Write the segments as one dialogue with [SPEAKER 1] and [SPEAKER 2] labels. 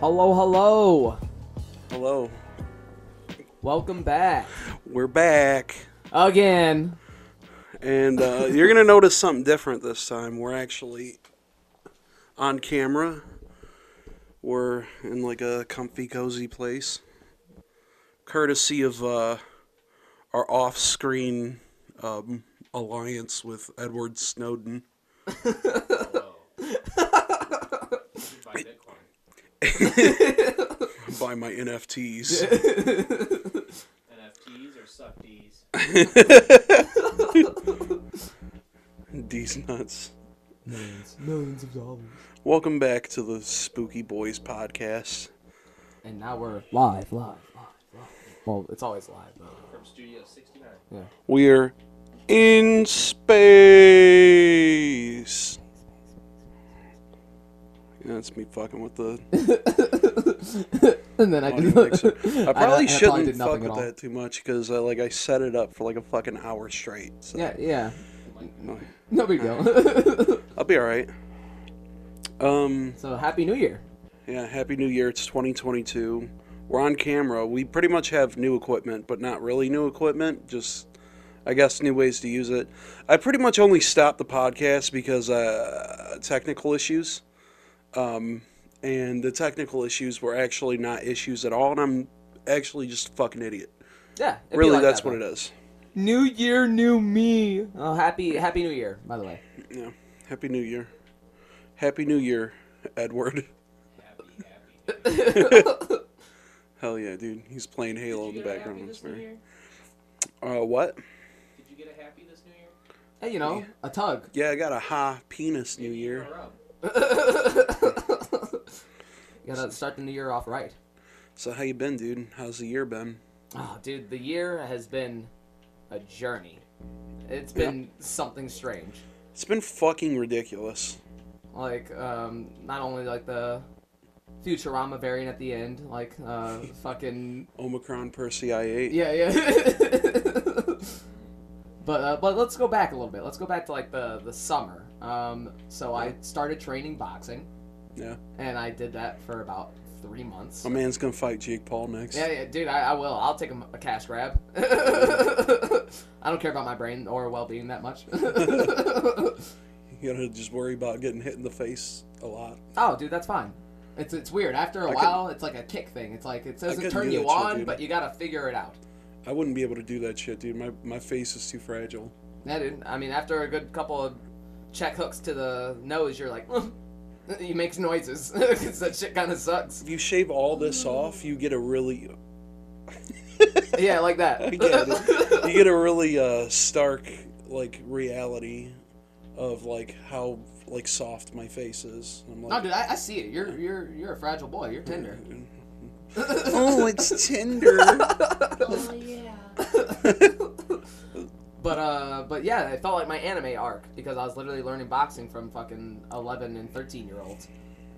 [SPEAKER 1] Hello, hello.
[SPEAKER 2] Hello.
[SPEAKER 1] Welcome back
[SPEAKER 2] We're back.
[SPEAKER 1] again.
[SPEAKER 2] And uh, you're going to notice something different this time. We're actually on camera. We're in like a comfy, cozy place. Courtesy of uh, our off screen um, alliance with Edward Snowden.
[SPEAKER 3] buy Bitcoin.
[SPEAKER 2] Buy my NFTs.
[SPEAKER 3] NFTs or suck Ds.
[SPEAKER 2] These nuts.
[SPEAKER 1] Millions, millions of dollars.
[SPEAKER 2] Welcome back to the Spooky Boys podcast.
[SPEAKER 1] And now we're live, live, live, live. Well, it's always live, but
[SPEAKER 3] From Studio 69.
[SPEAKER 1] yeah.
[SPEAKER 2] We're in space. Yeah, that's me fucking with the
[SPEAKER 1] And then I
[SPEAKER 2] audio
[SPEAKER 1] just
[SPEAKER 2] mixer. I probably
[SPEAKER 1] and I probably
[SPEAKER 2] shouldn't
[SPEAKER 1] did nothing at
[SPEAKER 2] fuck with
[SPEAKER 1] all.
[SPEAKER 2] that too much because I like I set it up for like a fucking hour straight. So
[SPEAKER 1] yeah, yeah.
[SPEAKER 2] no,
[SPEAKER 1] No big deal.
[SPEAKER 2] I'll be all right. Um,
[SPEAKER 1] so happy New Year.
[SPEAKER 2] yeah, happy New Year. It's 2022. We're on camera. We pretty much have new equipment, but not really new equipment. Just I guess new ways to use it. I pretty much only stopped the podcast because uh, technical issues. Um, and the technical issues were actually not issues at all, and I'm actually just a fucking idiot.
[SPEAKER 1] Yeah. it'd be
[SPEAKER 2] Really,
[SPEAKER 1] like
[SPEAKER 2] that's
[SPEAKER 1] that,
[SPEAKER 2] what
[SPEAKER 1] though.
[SPEAKER 2] it is.
[SPEAKER 1] New Year, new me. Oh, happy, happy New Year, by the way.
[SPEAKER 2] Yeah. Happy New Year. Happy New Year, Edward.
[SPEAKER 3] Happy, happy.
[SPEAKER 2] Hell yeah, dude. He's playing Halo
[SPEAKER 3] Did
[SPEAKER 2] in
[SPEAKER 3] you
[SPEAKER 2] the
[SPEAKER 3] get a happy
[SPEAKER 2] background. It's
[SPEAKER 3] this new
[SPEAKER 2] very-
[SPEAKER 3] year?
[SPEAKER 2] Uh, what?
[SPEAKER 3] Did you get a happy this new year?
[SPEAKER 1] Hey, you know, a tug.
[SPEAKER 2] Yeah, I got a ha penis New Year.
[SPEAKER 3] Or um, up?
[SPEAKER 1] You gotta start the new year off right.
[SPEAKER 2] So how you been, dude? How's the year been?
[SPEAKER 1] Oh, dude, the year has been a journey. It's been something strange.
[SPEAKER 2] It's been fucking ridiculous.
[SPEAKER 1] Like, um, not only like the Futurama variant at the end, like, uh, fucking.
[SPEAKER 2] Omicron Percy I-8.
[SPEAKER 1] Yeah, yeah. but, uh, but let's go back a little bit. Let's go back to like the, the summer. Um, so I started training boxing,
[SPEAKER 2] Yeah.
[SPEAKER 1] and I did that for about three months.
[SPEAKER 2] My man's gonna fight Jake Paul next.
[SPEAKER 1] Yeah, yeah, dude, I, I will. I'll take a, a cash grab. I don't care about my brain or well being that much.
[SPEAKER 2] You gotta just worry about getting hit in the face a lot.
[SPEAKER 1] oh, dude, that's fine. It's it's weird. After a
[SPEAKER 2] I could-
[SPEAKER 1] while, it's like a kick thing. It's like it doesn't
[SPEAKER 2] couldn't
[SPEAKER 1] turn
[SPEAKER 2] do
[SPEAKER 1] you
[SPEAKER 2] that shit,
[SPEAKER 1] on,
[SPEAKER 2] dude.
[SPEAKER 1] but you gotta figure it out.
[SPEAKER 2] I wouldn't be able to do that shit, dude. My my face is too fragile.
[SPEAKER 1] Yeah, dude. I mean, after a good couple of check hooks to the nose, you're like, you makes noises 'Cause that shit kind of sucks.
[SPEAKER 2] If you shave all this off, you get a really
[SPEAKER 1] Yeah, like that.
[SPEAKER 2] I get it. you get a really uh, stark like reality of like how like soft my face is. I'm
[SPEAKER 1] No,
[SPEAKER 2] like,
[SPEAKER 1] dude, I, I see it. You're you're you're a fragile boy. You're tender.
[SPEAKER 2] oh, it's tender.
[SPEAKER 3] Oh, yeah.
[SPEAKER 1] But uh, but yeah, it felt like my anime arc because I was literally learning boxing from fucking eleven and thirteen year olds,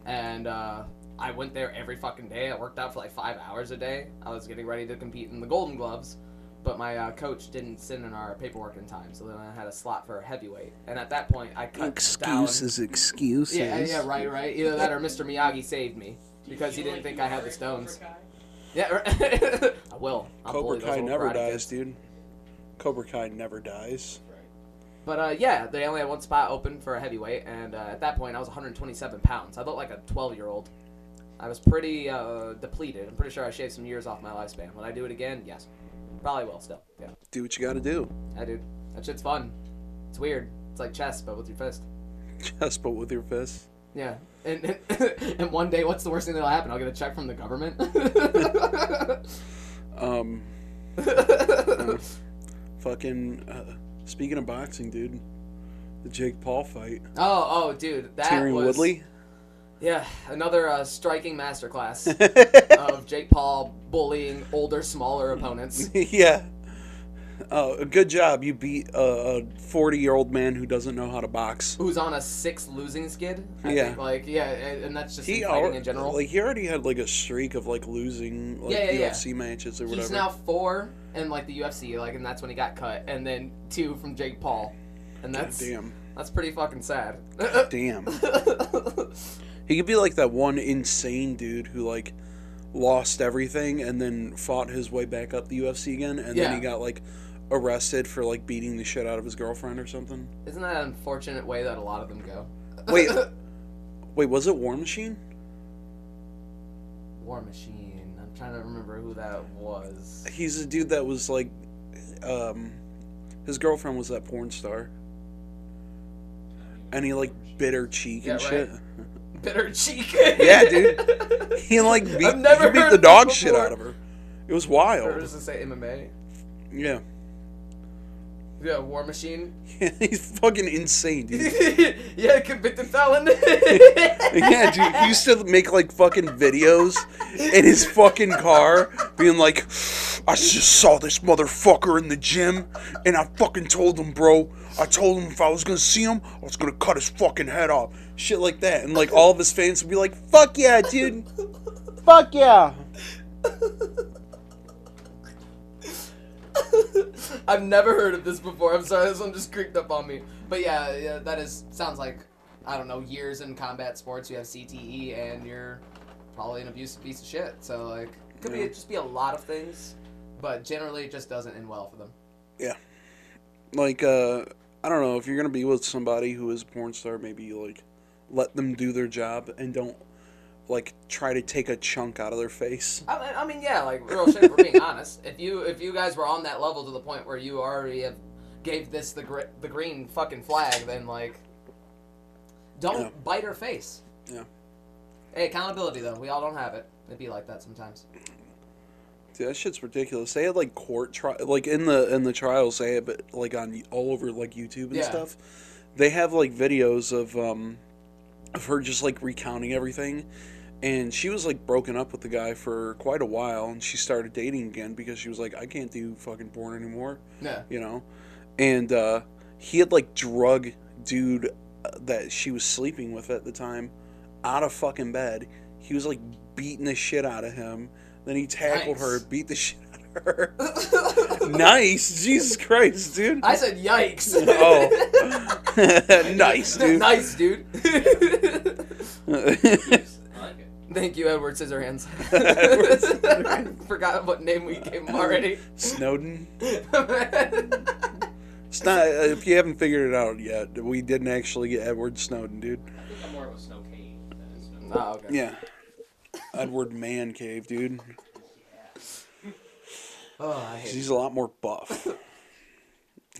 [SPEAKER 1] and uh, I went there every fucking day. I worked out for like five hours a day. I was getting ready to compete in the Golden Gloves, but my uh, coach didn't send in our paperwork in time, so then I had a slot for a heavyweight. And at that point, I cut down.
[SPEAKER 2] excuses.
[SPEAKER 1] Yeah, yeah, right, right. Either that or Mr. Miyagi saved me because he
[SPEAKER 3] You
[SPEAKER 1] didn't think
[SPEAKER 3] like you
[SPEAKER 1] I had
[SPEAKER 3] are
[SPEAKER 1] the
[SPEAKER 3] in
[SPEAKER 1] stones.
[SPEAKER 3] Cobra Kai?
[SPEAKER 1] Yeah, right. I will. I'll
[SPEAKER 2] Cobra
[SPEAKER 1] bully those
[SPEAKER 2] Kai
[SPEAKER 1] little
[SPEAKER 2] never
[SPEAKER 1] karate kids.
[SPEAKER 2] dies, dude. Cobra Kai never dies.
[SPEAKER 3] Right.
[SPEAKER 1] But uh, yeah, they only had one spot open for a heavyweight, and uh, at that point, I was 127 pounds. I looked like a 12 year old. I was pretty uh, depleted. I'm pretty sure I shaved some years off my lifespan. Would I do it again? Yes, probably will. Still, yeah,
[SPEAKER 2] Do what you gotta do.
[SPEAKER 1] I do. That shit's fun. It's weird. It's like chess, but with your fist.
[SPEAKER 2] Just but with your fist.
[SPEAKER 1] Yeah, and and, and one day, what's the worst thing that'll happen? I'll get a check from the government.
[SPEAKER 2] Um, uh, fucking. Uh, speaking of boxing, dude, the Jake Paul fight.
[SPEAKER 1] oh, oh, dude, that
[SPEAKER 2] Tyron
[SPEAKER 1] was
[SPEAKER 2] Woodley.
[SPEAKER 1] Yeah, another uh, striking masterclass of Jake Paul bullying older, smaller opponents.
[SPEAKER 2] yeah. Uh, good job. You beat a forty-year-old man who doesn't know how to box.
[SPEAKER 1] who's on a six losing skid. I
[SPEAKER 2] Yeah.
[SPEAKER 1] think, like yeah, and and that's just
[SPEAKER 2] He
[SPEAKER 1] in fighting
[SPEAKER 2] al-
[SPEAKER 1] in general.
[SPEAKER 2] like he already had like a streak of like losing like
[SPEAKER 1] Yeah, yeah, yeah.
[SPEAKER 2] UFC matches or whatever.
[SPEAKER 1] He's now four in like the UFC, like, and that's when he got cut, and then two from Jake Paul, and that's
[SPEAKER 2] Damn.
[SPEAKER 1] that's pretty fucking sad.
[SPEAKER 2] Damn. He could be like that one insane dude who like lost everything and then fought his way back up the UFC again, and then
[SPEAKER 1] Yeah.
[SPEAKER 2] he got like arrested for like beating the shit out of his girlfriend or something.
[SPEAKER 1] Isn't that an unfortunate way that a lot of them go?
[SPEAKER 2] Wait, wait, was it War Machine?
[SPEAKER 1] War Machine. I'm trying to remember who that was.
[SPEAKER 2] He's a dude that was like, um, his girlfriend was that porn star, and he like bit her cheek and
[SPEAKER 1] Yeah,
[SPEAKER 2] shit.
[SPEAKER 1] right. Bitter cheek.
[SPEAKER 2] Yeah, dude. He like beat,
[SPEAKER 1] I've never
[SPEAKER 2] he beat
[SPEAKER 1] heard
[SPEAKER 2] the
[SPEAKER 1] this
[SPEAKER 2] dog shit
[SPEAKER 1] before.
[SPEAKER 2] out of her. It was
[SPEAKER 1] or
[SPEAKER 2] wild.
[SPEAKER 1] does it say MMA?
[SPEAKER 2] Yeah,
[SPEAKER 1] Yeah, War Machine.
[SPEAKER 2] he's fucking insane, dude.
[SPEAKER 1] yeah, convicted felon.
[SPEAKER 2] Yeah, dude, he used to make like fucking videos in his fucking car, being like, "I just saw this motherfucker in the gym, and I fucking told him, bro. I told him if I was gonna see him, I was gonna cut his fucking head off, shit like that." And like all of his fans would be like, "Fuck yeah, dude, fuck yeah."
[SPEAKER 1] I've never heard of this before. I'm sorry, this one just creeped up on me. But yeah, yeah, that is sounds like I don't know years in combat sports. You have CTE, and you're probably an abusive piece of shit. So like, it could be
[SPEAKER 2] Yeah.
[SPEAKER 1] it just be a lot of things, but generally it just doesn't end well for them.
[SPEAKER 2] Like, uh, I don't know if you're gonna be with somebody who is a porn star, maybe you like let them do their job and don't like try to take a chunk out of their face.
[SPEAKER 1] I mean, I mean, yeah, like real shit. If we're being honest. If you if you guys were on that level to the point where you already have gave this the gr- the green fucking flag, then like, don't
[SPEAKER 2] Yeah.
[SPEAKER 1] bite her face.
[SPEAKER 2] Yeah.
[SPEAKER 1] Hey, accountability though. We all don't have it. It'd be like that sometimes.
[SPEAKER 2] Dude, that shit's ridiculous. They had like court trial, like in the in the trials they had, but like on all over like YouTube and
[SPEAKER 1] Yeah.
[SPEAKER 2] stuff. They have like videos of um of her just like recounting everything, and she was like broken up with the guy for quite a while, and she started dating again because she was like, I can't do fucking porn anymore,
[SPEAKER 1] Yeah.
[SPEAKER 2] you know. And uh, he had like drug dude uh, that she was sleeping with at the time out of fucking bed. He was like beating the shit out of him. Then he tackled her,
[SPEAKER 1] Yikes.
[SPEAKER 2] beat the shit out of her. nice, Jesus Christ, dude.
[SPEAKER 1] I said yikes.
[SPEAKER 2] oh, nice, dude.
[SPEAKER 1] nice, dude.
[SPEAKER 3] I like it.
[SPEAKER 1] Thank you, Edward Scissorhands.
[SPEAKER 2] Edward
[SPEAKER 1] I forgot what name we gave him already.
[SPEAKER 2] Snowden. It's not. If you haven't figured it out yet, we didn't actually get Edward Snowden, dude.
[SPEAKER 3] I think I'm more of a snow cave than a snow.
[SPEAKER 1] Oh, okay.
[SPEAKER 2] Yeah, Edward Man Cave, dude.
[SPEAKER 1] Oh, I hate
[SPEAKER 2] He's a lot more buff.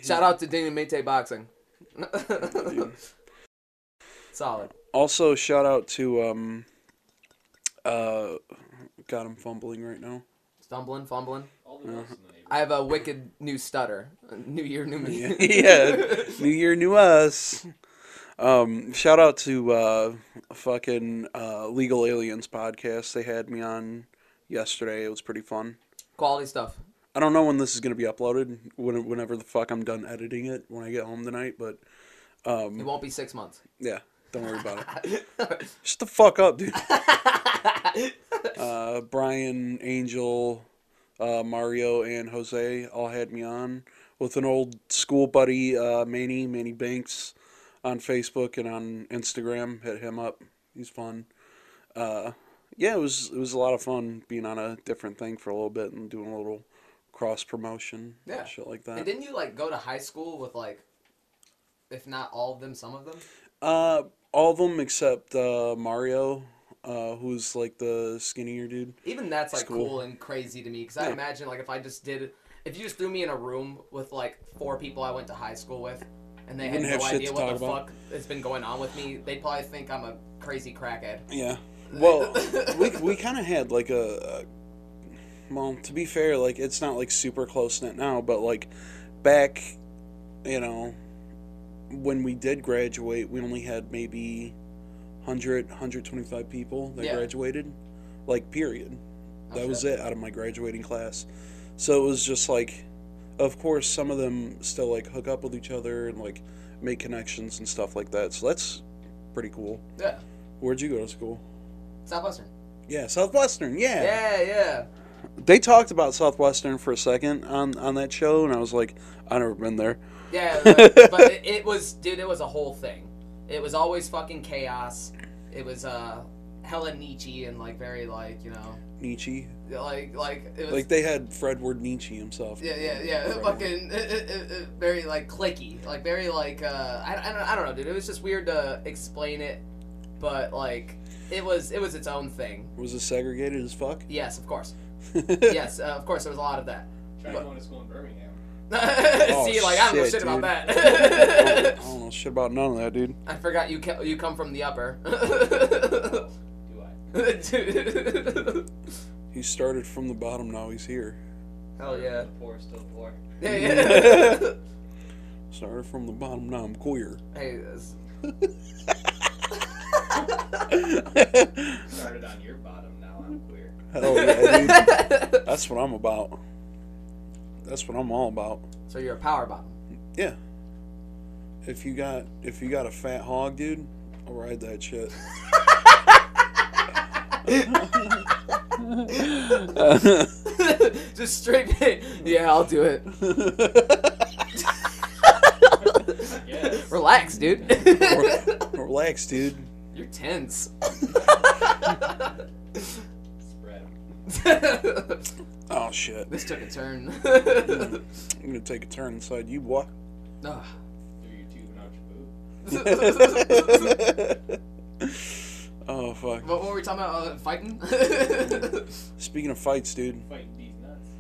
[SPEAKER 1] Shout out to Daniel Mate Boxing. Solid.
[SPEAKER 2] Also, shout out to um, uh, God, I'm fumbling right now.
[SPEAKER 1] Stumbling, fumbling.
[SPEAKER 3] All
[SPEAKER 2] Uh-huh.
[SPEAKER 3] the dogs in the neighborhood.
[SPEAKER 1] I have a wicked new stutter. New year, new me.
[SPEAKER 2] Yeah, yeah. new year, new us. Um, shout out to uh, fucking uh, Legal Aliens podcast. They had me on yesterday. It was pretty fun.
[SPEAKER 1] Quality stuff.
[SPEAKER 2] I don't know when this is gonna be uploaded. When, whenever the fuck I'm done editing it, when I get home tonight. But Oh,
[SPEAKER 1] It won't be six months.
[SPEAKER 2] yeah, don't worry about it. Shut the fuck up, dude. uh, Brian, Angel, uh, Mario, and Jose all had me on with an old school buddy, uh, Manny, Manny Banks, on Facebook and on Instagram. Hit him up. He's fun. Uh, yeah, it was it was a lot of fun being on a different thing for a little bit and doing a little cross promotion.
[SPEAKER 1] Yeah.
[SPEAKER 2] shit like
[SPEAKER 1] and
[SPEAKER 2] that.
[SPEAKER 1] didn't you like go to high school with like, if not all of them, some of them?
[SPEAKER 2] Uh, all of them except uh, Mario, uh, who's like the skinnier dude.
[SPEAKER 1] Even that's like
[SPEAKER 2] School.
[SPEAKER 1] cool and crazy to me because I
[SPEAKER 2] Yeah.
[SPEAKER 1] imagine like if I just did, if you just threw me in a room with like four people I went to high school with, and they had
[SPEAKER 2] Wouldn't
[SPEAKER 1] no
[SPEAKER 2] have shit
[SPEAKER 1] idea
[SPEAKER 2] to
[SPEAKER 1] what
[SPEAKER 2] talk
[SPEAKER 1] the
[SPEAKER 2] about.
[SPEAKER 1] fuck has been going on with me, they probably think I'm a crazy crackhead.
[SPEAKER 2] Yeah. Well, we, we kind of had like a, a. Well, to be fair, like it's not like super close knit now, but like back, you know, when we did graduate, we only had maybe 100, 125 people that
[SPEAKER 1] Yeah.
[SPEAKER 2] graduated. Like, period.
[SPEAKER 1] Oh,
[SPEAKER 2] that was
[SPEAKER 1] shit.
[SPEAKER 2] it out of my graduating class. So it was just like, of course, some of them still like hook up with each other and like make connections and stuff like that. So that's pretty cool.
[SPEAKER 1] Yeah,
[SPEAKER 2] Where'd you go to school?
[SPEAKER 1] Southwestern.
[SPEAKER 2] Yeah, Southwestern. Yeah.
[SPEAKER 1] Yeah, yeah.
[SPEAKER 2] They talked about Southwestern for a second on on that show, and I was like, I never been there.
[SPEAKER 1] Yeah, but, but it, it was, dude. It was a whole thing. It was always fucking chaos. It it was uh hella Nietzsche and like very like you know
[SPEAKER 2] Nietzsche.
[SPEAKER 1] like like it was
[SPEAKER 2] Like they had Fredward Nietzsche himself.
[SPEAKER 1] yeah yeah yeah
[SPEAKER 2] Fredward.
[SPEAKER 1] fucking uh, very like clicky like very like uh I, I don't I don't know dude it was just weird to explain it but like it was it was its own thing
[SPEAKER 2] Was it segregated as fuck?
[SPEAKER 1] yes of course
[SPEAKER 2] yeah.
[SPEAKER 1] yes uh, of course there was a lot of that
[SPEAKER 3] Try
[SPEAKER 1] But-
[SPEAKER 3] going to school in Birmingham.
[SPEAKER 1] see like I don't know shit
[SPEAKER 2] Oh, shit,
[SPEAKER 1] about
[SPEAKER 2] dude. I
[SPEAKER 1] that
[SPEAKER 2] don't know shit about none of that, dude.
[SPEAKER 1] I forgot you ca- you come from the upper
[SPEAKER 3] Do I?
[SPEAKER 1] Dude.
[SPEAKER 2] He started from the bottom, now he's here.
[SPEAKER 3] Oh,
[SPEAKER 1] hell yeah
[SPEAKER 3] The poor, still poor.
[SPEAKER 1] yeah yeah
[SPEAKER 2] Started from the bottom, now I'm queer.
[SPEAKER 1] hey this-
[SPEAKER 3] Started on your bottom, now I'm queer.
[SPEAKER 2] Hell yeah, dude. That's what I'm about. That's what I'm all about.
[SPEAKER 1] so you're a power bottom
[SPEAKER 2] Yeah. If you got if you got a fat hog, dude, I'll ride that shit.
[SPEAKER 1] just straight yeah I'll do it
[SPEAKER 3] Yes.
[SPEAKER 1] relax dude
[SPEAKER 2] Relax, dude.
[SPEAKER 1] you're tense
[SPEAKER 3] Spread.
[SPEAKER 1] this
[SPEAKER 2] Oh shit.
[SPEAKER 1] took a turn
[SPEAKER 2] I'm gonna take a turn inside you, boy.
[SPEAKER 1] Ugh.
[SPEAKER 3] Through your tube and out your boot.
[SPEAKER 2] oh fuck.
[SPEAKER 1] what were we talking about uh, fighting
[SPEAKER 2] Speaking of fights, dude,
[SPEAKER 3] Fighting these nuts.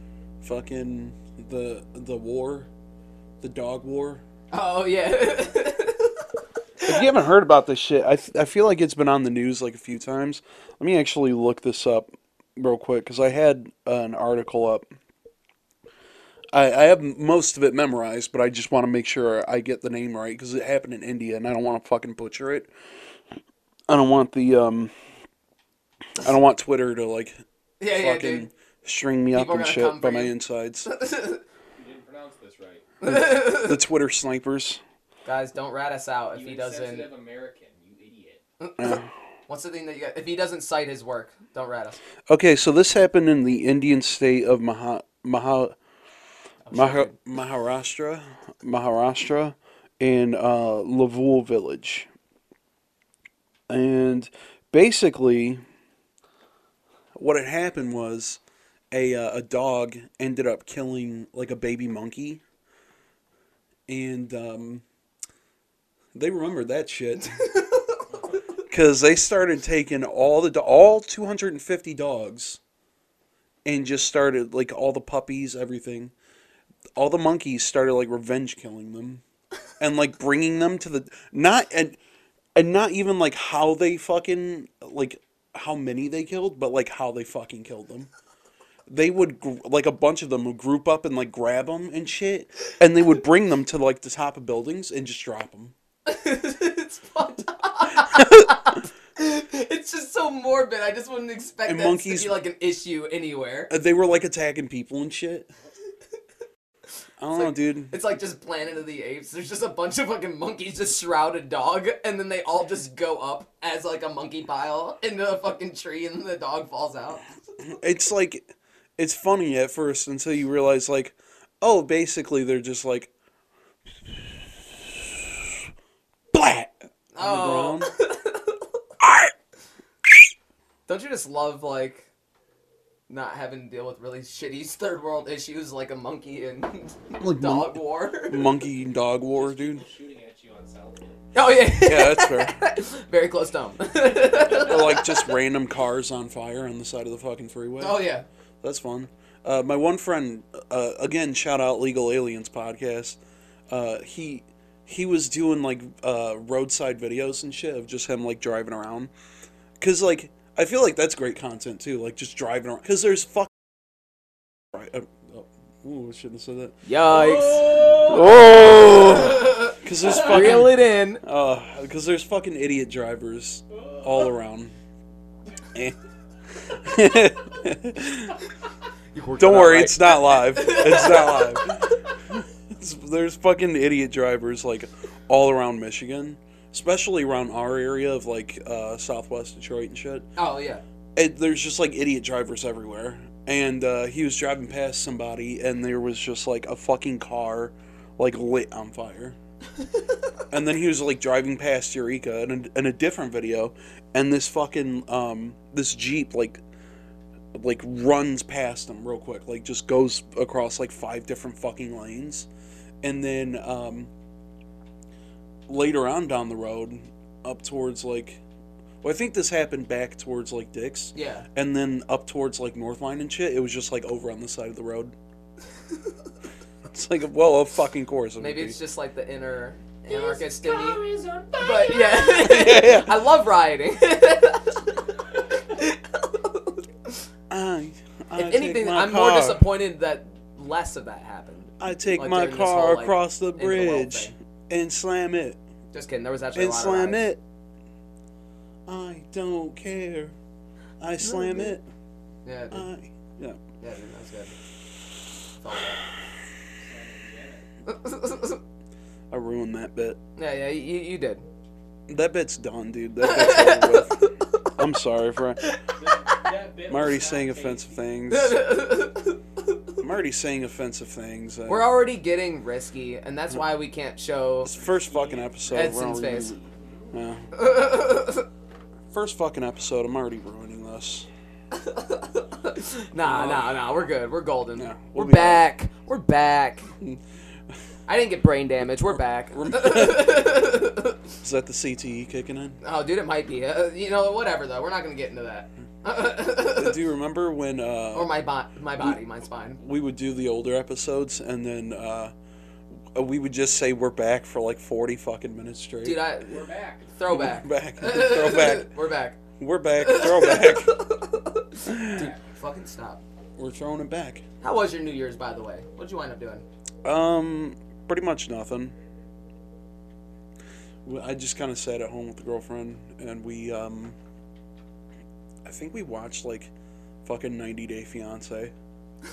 [SPEAKER 2] fucking the the war, the dog war.
[SPEAKER 1] Oh yeah.
[SPEAKER 2] If you haven't heard about this shit, I, f- I feel like it's been on the news like a few times. Let me actually look this up real quick because I had uh, an article up. I, I have most of it memorized, but I just want to make sure I get the name right because it happened in India and I don't want to fucking butcher it. I don't want the um, I don't want Twitter to like
[SPEAKER 1] yeah, yeah,
[SPEAKER 2] fucking
[SPEAKER 1] dude.
[SPEAKER 2] string me up
[SPEAKER 1] People are
[SPEAKER 2] and
[SPEAKER 1] gonna
[SPEAKER 2] shit
[SPEAKER 1] come
[SPEAKER 2] by
[SPEAKER 1] for
[SPEAKER 2] my
[SPEAKER 1] you.
[SPEAKER 2] insides.
[SPEAKER 3] You didn't pronounce this right.
[SPEAKER 2] the Twitter snipers.
[SPEAKER 1] Guys, don't rat us out if
[SPEAKER 3] you
[SPEAKER 1] he doesn't.
[SPEAKER 3] insensitive American, you idiot.
[SPEAKER 1] What's the thing that you got? If he doesn't cite his work, don't rat us.
[SPEAKER 2] Okay, so this happened in the Indian state of Maha, Maha, Maha
[SPEAKER 1] sure.
[SPEAKER 2] Maharashtra, Maharashtra, in uh, Lavul village, and basically, what had happened was a uh, a dog ended up killing like a baby monkey, and um, they remembered that shit. Because they started taking all the do- all 250 dogs, and just started like all the puppies, everything. All the monkeys started like revenge killing them, and like bringing them to the not and and not even like how they fucking like how many they killed, but like how they fucking killed them. They would gr- like a bunch of them would group up and like grab them and shit, and they would bring them to like the top of buildings and just drop them.
[SPEAKER 1] it's fucked up. it's just so morbid. I just wouldn't expect
[SPEAKER 2] And
[SPEAKER 1] that
[SPEAKER 2] monkeys-
[SPEAKER 1] to be like an issue anywhere.
[SPEAKER 2] Uh, They were like attacking people and shit. I don't know, dude.
[SPEAKER 1] It's like just Planet of the Apes. There's just a bunch of fucking monkeys just shroud a dog, and then they all just go up as like a monkey pile into a fucking tree, and the dog falls out.
[SPEAKER 2] It's like, it's funny at first until you realize, like, oh, basically they're just like, blat
[SPEAKER 1] Oh.
[SPEAKER 2] on the ground.
[SPEAKER 1] Don't you just love like not having to deal with really shitty third world issues like a monkey and
[SPEAKER 2] Like
[SPEAKER 1] dog war?
[SPEAKER 2] Monkey dog war, dude.
[SPEAKER 3] Shooting at you on Southwood.
[SPEAKER 1] oh yeah.
[SPEAKER 2] Yeah, that's fair.
[SPEAKER 1] Very close to home.
[SPEAKER 2] or like just random cars on fire on the side of the fucking freeway.
[SPEAKER 1] oh yeah.
[SPEAKER 2] That's fun. Uh, my one friend, uh, again, shout out Legal Aliens podcast. Uh, he he was doing like uh, roadside videos and shit of just him like driving around. Cause like I feel like that's great content too. Like just driving around. Cause there's fuck. Right. Uh, oh, ooh, I shouldn't have said that.
[SPEAKER 1] Yikes.
[SPEAKER 2] Oh. Cause there's fucking.
[SPEAKER 1] Reel it in.
[SPEAKER 2] Uh, because there's fucking idiot drivers all around. Eh. Don't worry, it's not live. It's not live. It's- there's fucking idiot drivers like all around Michigan, especially around our area of like uh, Southwest Detroit and shit.
[SPEAKER 1] Oh yeah.
[SPEAKER 2] It, there's just like idiot drivers everywhere. And uh, he was driving past somebody, and there was just like a fucking car, like lit on fire. and then he was like driving past Eureka in a, in a different video, and this fucking um this jeep like like runs past him real quick, like just goes across like five different fucking lanes, and then um later on down the road, up towards like, well I think this happened back towards like Dick's,
[SPEAKER 1] yeah.
[SPEAKER 2] and then up towards like North Line and shit, it was just like over on the side of the road. it's like well, of fucking course. it would
[SPEAKER 1] Maybe
[SPEAKER 2] be.
[SPEAKER 1] it's just like the inner anarchist in me.
[SPEAKER 3] is on
[SPEAKER 1] But yeah.
[SPEAKER 2] Yeah, yeah.
[SPEAKER 1] I love rioting.
[SPEAKER 2] I, I
[SPEAKER 1] if
[SPEAKER 2] take
[SPEAKER 1] anything,
[SPEAKER 2] my
[SPEAKER 1] I'm more
[SPEAKER 2] car-
[SPEAKER 1] disappointed that less of that happened.
[SPEAKER 2] I take
[SPEAKER 1] like,
[SPEAKER 2] my
[SPEAKER 1] during this
[SPEAKER 2] car
[SPEAKER 1] whole, like,
[SPEAKER 2] across the
[SPEAKER 1] the world
[SPEAKER 2] bridge
[SPEAKER 1] thing.
[SPEAKER 2] and slam it
[SPEAKER 1] Just kidding. There was actually a
[SPEAKER 2] and
[SPEAKER 1] lot
[SPEAKER 2] slam
[SPEAKER 1] of riots.
[SPEAKER 2] it. I don't care. I slam it.
[SPEAKER 1] Yeah, dude.
[SPEAKER 2] I yeah.
[SPEAKER 1] yeah, dude, that's good. Felt that.
[SPEAKER 2] I ruined that bit.
[SPEAKER 1] yeah, yeah, you, you did.
[SPEAKER 2] That bit's done, dude. That bit's over with. I'm sorry for. I'm already saying offensive things. I'm already saying offensive things.
[SPEAKER 1] We're already getting risky, and that's
[SPEAKER 2] Mm.
[SPEAKER 1] why we can't show.
[SPEAKER 2] It's the first fucking episode. we're
[SPEAKER 1] Edson's
[SPEAKER 2] already-
[SPEAKER 1] face.
[SPEAKER 2] Yeah. First fucking episode. I'm already ruining this.
[SPEAKER 1] Nah, nah, nah. We're good. We're golden.
[SPEAKER 2] Yeah, we'll
[SPEAKER 1] we're
[SPEAKER 2] be all right.
[SPEAKER 1] back. We're back. I didn't get brain damage. We're back.
[SPEAKER 2] Is that the CTE kicking in?
[SPEAKER 1] oh, dude, it might be. Uh, you know, whatever though. We're not gonna get into that.
[SPEAKER 2] Do you remember when uh,
[SPEAKER 1] or my bo- my body, Oh my spine.
[SPEAKER 2] we would do the older episodes and then uh, we would just say we're back for like 40 fucking minutes straight?
[SPEAKER 1] Dude, I
[SPEAKER 3] We're back.
[SPEAKER 1] throwback.
[SPEAKER 2] We're back. Throwback.
[SPEAKER 1] We're back.
[SPEAKER 2] We're back. Throwback.
[SPEAKER 1] Fucking stop.
[SPEAKER 2] we're throwing it back.
[SPEAKER 1] How was your New Year's, by the way? What'd you wind up doing?
[SPEAKER 2] Um, pretty much nothing. Well, I just kind of sat at home with the girlfriend and we, um, I think we watched like fucking 90 Day Fiance. I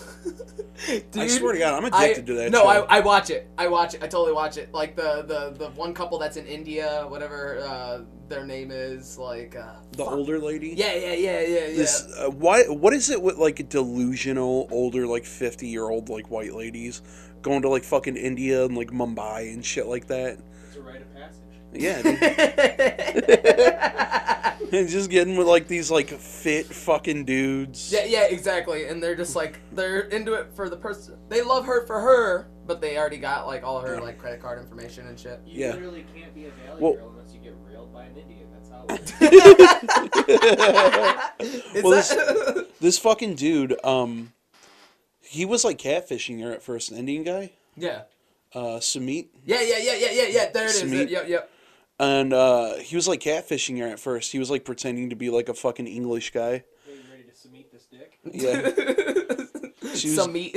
[SPEAKER 1] Dude,
[SPEAKER 2] swear to God, I'm
[SPEAKER 1] I-
[SPEAKER 2] addicted to that
[SPEAKER 1] No,
[SPEAKER 2] show.
[SPEAKER 1] I, I watch it. I watch it. I totally watch it. Like the the the one couple that's in India, whatever uh, their name is, like uh,
[SPEAKER 2] the older lady?
[SPEAKER 1] yeah, yeah, yeah, yeah, yeah.
[SPEAKER 2] this uh, why what is it with like delusional older like 50 year old like white ladies going to like fucking india and like mumbai and shit like that
[SPEAKER 3] It's a rite of passage.
[SPEAKER 2] yeah dude. and just getting with like these like fit fucking dudes
[SPEAKER 1] yeah, yeah, exactly. And they're just like they're into it for the person. They love her for her, but they already got like all her like credit card information and shit.
[SPEAKER 3] You
[SPEAKER 2] Yeah.
[SPEAKER 3] literally can't be a valley
[SPEAKER 2] Well-
[SPEAKER 3] girl unless you get railed by an Indian. That's how it works.
[SPEAKER 1] Is
[SPEAKER 2] Well,
[SPEAKER 1] that-
[SPEAKER 2] this fucking dude um he was like catfishing her at first an indian guy
[SPEAKER 1] yeah.
[SPEAKER 2] uh sumit
[SPEAKER 1] Yeah, yeah, yeah, yeah, yeah, yeah. There it is.
[SPEAKER 2] Smee-
[SPEAKER 1] Yep, yep.
[SPEAKER 2] and uh he was like catfishing her at first he was like pretending to be like a fucking english guy
[SPEAKER 3] Are you ready to submit this dick?
[SPEAKER 2] yeah She was-
[SPEAKER 1] Some meat.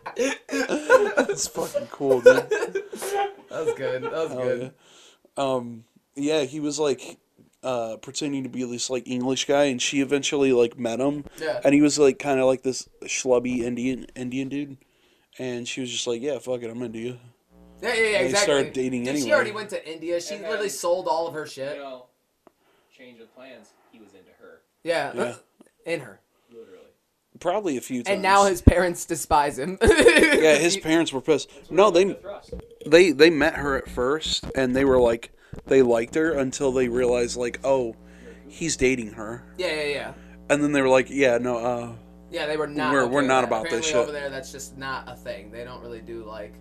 [SPEAKER 2] it's fucking cool dude
[SPEAKER 1] That was good. That was
[SPEAKER 2] Oh, yeah.
[SPEAKER 1] good.
[SPEAKER 2] Um, yeah, he was like uh, pretending to be this like English guy, and she eventually like met him,
[SPEAKER 1] Yeah.
[SPEAKER 2] and he was like kind of like this schlubby Indian Indian dude, and she was just like, "Yeah, fuck it, I'm into you."
[SPEAKER 1] Yeah, yeah, yeah,
[SPEAKER 2] They
[SPEAKER 1] exactly.
[SPEAKER 2] started dating
[SPEAKER 1] Dude,
[SPEAKER 2] anyway.
[SPEAKER 1] She already went to India. She
[SPEAKER 3] And then-
[SPEAKER 1] literally sold all of her shit.
[SPEAKER 3] You know, change of plans. He was into her.
[SPEAKER 1] Yeah. Uh,
[SPEAKER 2] Yeah.
[SPEAKER 1] In her.
[SPEAKER 3] Literally.
[SPEAKER 2] Probably a few times.
[SPEAKER 1] And now his parents despise him.
[SPEAKER 2] yeah, his parents were pissed. No,
[SPEAKER 3] The
[SPEAKER 2] they
[SPEAKER 3] thrust.
[SPEAKER 2] they they met her at first, and they were like they liked her until they realized like, oh, he's dating her,
[SPEAKER 1] Yeah, yeah, yeah.
[SPEAKER 2] and then they were like, yeah, no, uh,
[SPEAKER 1] Yeah, they were not.
[SPEAKER 2] We're-
[SPEAKER 1] okay
[SPEAKER 2] we're
[SPEAKER 1] with
[SPEAKER 2] not
[SPEAKER 1] that.
[SPEAKER 2] about this
[SPEAKER 1] Apparently
[SPEAKER 2] shit.
[SPEAKER 1] over there, that's just not a thing. They don't really do like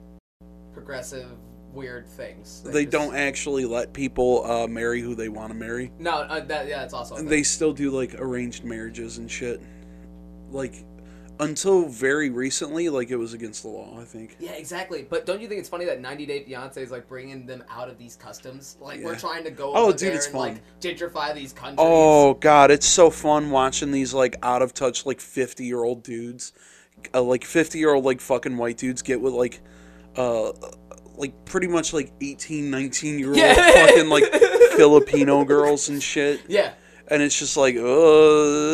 [SPEAKER 1] progressive, weird things.
[SPEAKER 2] they
[SPEAKER 1] just-
[SPEAKER 2] don't actually let people uh, marry who they want to marry.
[SPEAKER 1] No, uh, that yeah, that's also. A thing.
[SPEAKER 2] they still do like arranged marriages and shit. Like until very recently, like it was against the law. I think.
[SPEAKER 1] Yeah, exactly. But don't you think it's funny that 90 Day Fiance is like bringing them out of these customs? Like we're
[SPEAKER 2] Yeah.
[SPEAKER 1] trying to go
[SPEAKER 2] Oh,
[SPEAKER 1] over
[SPEAKER 2] dude,
[SPEAKER 1] there
[SPEAKER 2] it's
[SPEAKER 1] and
[SPEAKER 2] fun.
[SPEAKER 1] like gentrify these countries.
[SPEAKER 2] Oh god, it's so fun watching these like out of touch like fifty year old dudes, uh, like fifty year old like fucking white dudes get with like, uh, like pretty much like 18, 19 year old
[SPEAKER 1] Yeah.
[SPEAKER 2] fucking like Filipino girls and shit,
[SPEAKER 1] yeah.
[SPEAKER 2] and it's just like,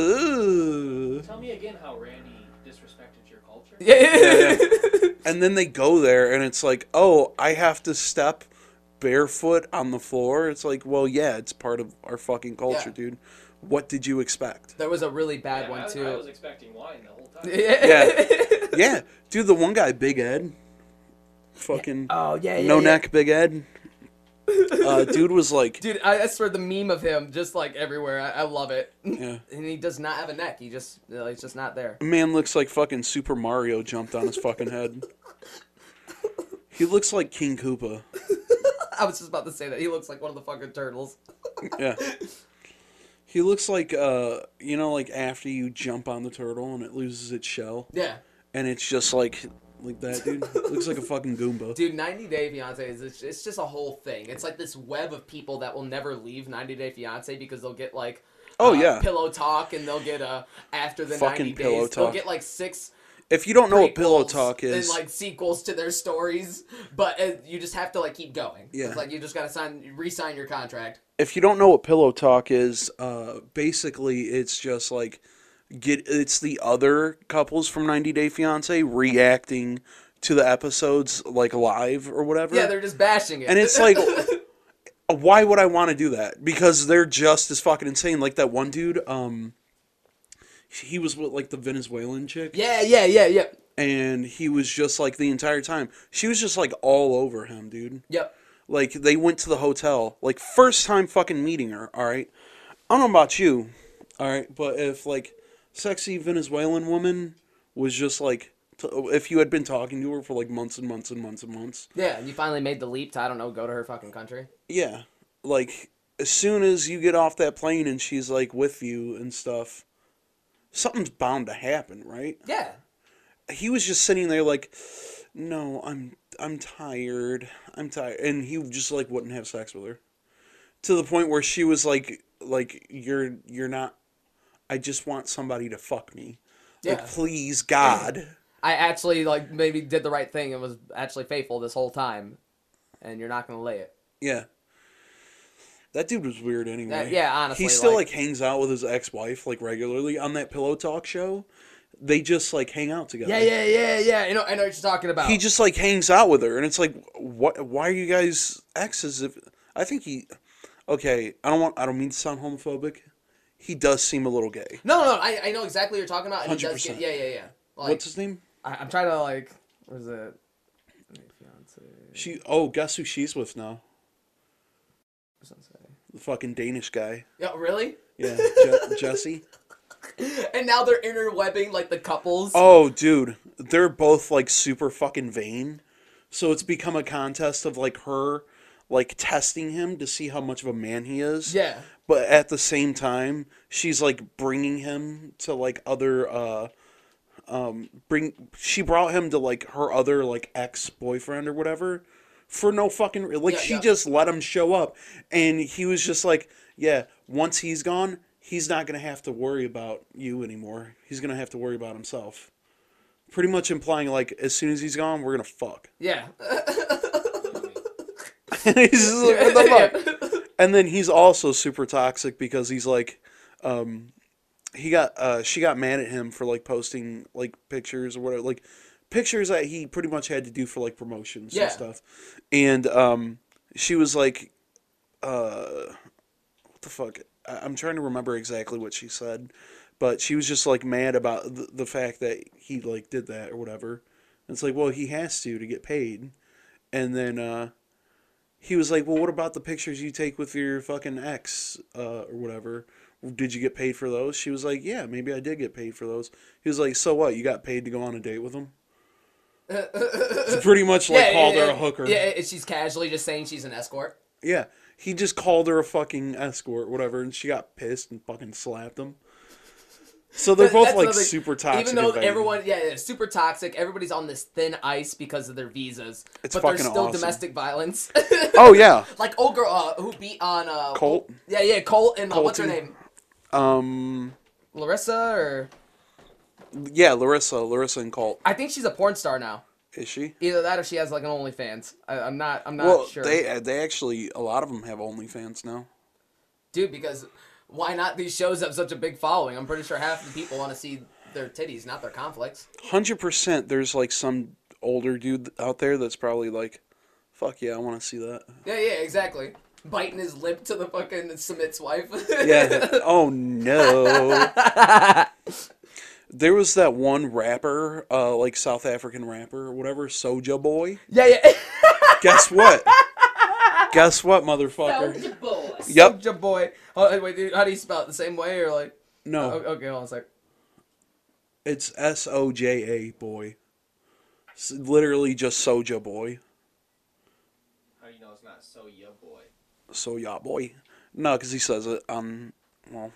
[SPEAKER 2] uh,
[SPEAKER 3] Tell me again how Randy disrespected your culture.
[SPEAKER 1] Yeah. yeah,
[SPEAKER 2] and then they go there and it's like oh i have to step barefoot on the floor it's like well yeah it's part of our fucking culture
[SPEAKER 1] Yeah.
[SPEAKER 2] dude what did you expect
[SPEAKER 1] There was a really bad
[SPEAKER 3] Yeah, I
[SPEAKER 1] one
[SPEAKER 3] was-
[SPEAKER 1] too.
[SPEAKER 3] I was expecting wine the whole time.
[SPEAKER 1] yeah.
[SPEAKER 2] yeah Dude, the one guy, Big Ed, fucking
[SPEAKER 1] Oh yeah, yeah
[SPEAKER 2] no
[SPEAKER 1] yeah.
[SPEAKER 2] neck, Big Ed. Uh, dude was like,
[SPEAKER 1] Dude, I, I swear the meme of him just like everywhere. I, I love it.
[SPEAKER 2] yeah,
[SPEAKER 1] and he does not have a neck. He just uh, he's just not there.
[SPEAKER 2] man looks like fucking Super Mario jumped on his fucking head. He looks like King Koopa.
[SPEAKER 1] I was just about to say that he looks like one of the fucking turtles.
[SPEAKER 2] Yeah. He looks like uh you know like after you jump on the turtle and it loses its shell
[SPEAKER 1] Yeah,
[SPEAKER 2] and it's just like like that dude looks like a fucking goomba.
[SPEAKER 1] dude, 90 Day Fiance is it's, it's just a whole thing. It's like this web of people that will never leave 90 Day Fiance because they'll get like
[SPEAKER 2] oh
[SPEAKER 1] uh,
[SPEAKER 2] yeah.
[SPEAKER 1] pillow talk and they'll get uh after the
[SPEAKER 2] Fucking
[SPEAKER 1] 90 days
[SPEAKER 2] pillow
[SPEAKER 1] they'll
[SPEAKER 2] talk.
[SPEAKER 1] get like six
[SPEAKER 2] if you don't know what
[SPEAKER 1] prequels
[SPEAKER 2] pillow talk is,
[SPEAKER 1] and like sequels to their stories, but uh, you just have to like keep going.
[SPEAKER 2] Yeah.
[SPEAKER 1] it's like you just gotta sign re-sign your contract.
[SPEAKER 2] if you don't know what pillow talk is, uh basically it's just like get it's the other couples from 90 Day Fiancé reacting to the episodes like live or whatever.
[SPEAKER 1] Yeah, they're just bashing it,
[SPEAKER 2] And it's like, why would I want to do that? Because they're just as fucking insane. Like that one dude, um, he was with like the Venezuelan chick,
[SPEAKER 1] yeah, yeah, yeah, yep,
[SPEAKER 2] and he was just like the entire time. She was just like all over him, dude.
[SPEAKER 1] yep.
[SPEAKER 2] Like they went to the hotel, like first time fucking meeting her. All right, I don't know about you, all right, but if like sexy Venezuelan woman was just like, t- if you had been talking to her for like months and months and months and months,
[SPEAKER 1] Yeah, and you finally made the leap to I don't know, go to her fucking country.
[SPEAKER 2] Yeah. Like as soon as you get off that plane and she's like with you and stuff, something's bound to happen, right?
[SPEAKER 1] Yeah,
[SPEAKER 2] He was just sitting there like, "No, I'm I'm tired. I'm tired." And he just like wouldn't have sex with her. To the point where she was like like you're you're not I just want somebody to fuck me.
[SPEAKER 1] Yeah.
[SPEAKER 2] Like please God.
[SPEAKER 1] I actually like maybe did the right thing and was actually faithful this whole time, and you're not gonna lay it.
[SPEAKER 2] Yeah. That dude was weird anyway.
[SPEAKER 1] That- yeah, honestly,
[SPEAKER 2] He still
[SPEAKER 1] like-
[SPEAKER 2] like, hangs out with his ex wife like regularly on that pillow talk show. They just like hang out together.
[SPEAKER 1] Yeah, yeah, yeah, yeah. You know, I know what you're talking about.
[SPEAKER 2] He just like hangs out with her and it's like what why are you guys exes if I think he okay, I don't want I don't mean to sound homophobic. He does seem a little gay.
[SPEAKER 1] no, no, I, I know exactly what you're talking about. And he does
[SPEAKER 2] 100%.
[SPEAKER 1] get, yeah, yeah, yeah. Like
[SPEAKER 2] What's his name?
[SPEAKER 1] I, I'm trying to like, what is it? My fiance.
[SPEAKER 2] She oh, guess who she's with now?
[SPEAKER 1] what's that say?
[SPEAKER 2] The fucking Danish guy.
[SPEAKER 1] Yeah, really?
[SPEAKER 2] Yeah, Je- Jesse.
[SPEAKER 1] And now they're interwebbing like the couples.
[SPEAKER 2] Oh, dude, they're both like super fucking vain. So it's become a contest of like her like testing him to see how much of a man he is.
[SPEAKER 1] Yeah.
[SPEAKER 2] But at the same time, she's like bringing him to like other uh um bring she brought him to like her other like ex-boyfriend or whatever for no fucking re- like
[SPEAKER 1] Yeah,
[SPEAKER 2] she
[SPEAKER 1] yeah.
[SPEAKER 2] just let him show up and he was just like, yeah, once he's gone, he's not going to have to worry about you anymore. He's going to have to worry about himself pretty much implying like as soon as he's gone, we're gonna fuck.
[SPEAKER 1] Yeah.
[SPEAKER 2] And he's just like, what the fuck? And then he's also super toxic because he's like, um, he got uh, she got mad at him for like posting like pictures or whatever, like pictures that he pretty much had to do for like promotions
[SPEAKER 1] Yeah.
[SPEAKER 2] and stuff. And um, she was like, uh, what the fuck? I- I'm trying to remember exactly what she said, but she was just like mad about the, the fact that he like did that or whatever. And it's like, well, he has to to get paid. And then uh, he was like, well, what about the pictures you take with your fucking ex uh, or whatever? Did you get paid for those? She was like, yeah, maybe I did get paid for those. He was like, so what? You got paid to go on a date with him? It's pretty much like called her a hooker.
[SPEAKER 1] Yeah, and she's casually just saying she's an escort.
[SPEAKER 2] Yeah, he just called her a fucking escort, whatever, and she got pissed and fucking slapped him. So they're
[SPEAKER 1] That-
[SPEAKER 2] both
[SPEAKER 1] that's
[SPEAKER 2] like
[SPEAKER 1] another-
[SPEAKER 2] super toxic.
[SPEAKER 1] Even though
[SPEAKER 2] and vain.
[SPEAKER 1] everyone, yeah, yeah, super toxic. Everybody's on this thin ice because of their visas,
[SPEAKER 2] It's
[SPEAKER 1] but there's
[SPEAKER 2] fucking
[SPEAKER 1] still
[SPEAKER 2] awesome.
[SPEAKER 1] domestic violence.
[SPEAKER 2] oh yeah,
[SPEAKER 1] like old girl uh, who beat on uh,
[SPEAKER 2] Colt,
[SPEAKER 1] Yeah, yeah, Colt and uh, what's her
[SPEAKER 2] Colton.
[SPEAKER 1] name,
[SPEAKER 2] um,
[SPEAKER 1] Larissa, or
[SPEAKER 2] yeah, Larissa, Larissa and Colt,
[SPEAKER 1] I think she's a porn star now.
[SPEAKER 2] is she?
[SPEAKER 1] Either that or she has like an OnlyFans. I, I'm not. I'm not
[SPEAKER 2] well,
[SPEAKER 1] sure.
[SPEAKER 2] they uh, they actually a lot of them have OnlyFans now.
[SPEAKER 1] Dude, because why not? These shows have such a big following. I'm pretty sure half the people want to see their titties, not their conflicts.
[SPEAKER 2] Hundred percent. There's like some older dude out there that's probably like, fuck yeah, I want to see that.
[SPEAKER 1] Yeah, yeah, exactly. Biting his lip to the
[SPEAKER 2] Oh,
[SPEAKER 1] fucking Submit's wife.
[SPEAKER 2] Yeah. oh no. There was that one rapper, uh, like South African rapper or whatever, Soja Boy.
[SPEAKER 1] Yeah, yeah.
[SPEAKER 2] Guess what? Guess what, motherfucker?
[SPEAKER 4] Soulja Boy.
[SPEAKER 2] Yep.
[SPEAKER 1] Soulja Boy. Oh, wait, dude, how do you spell it? The same way or like?
[SPEAKER 2] No,
[SPEAKER 1] Oh, okay, hold on a sec.
[SPEAKER 2] it's S O J A Boy. S- literally just Soja Boy.
[SPEAKER 3] How do you know it's not so ya boy?
[SPEAKER 2] So yeah, boy. No, because he says it. Um, well,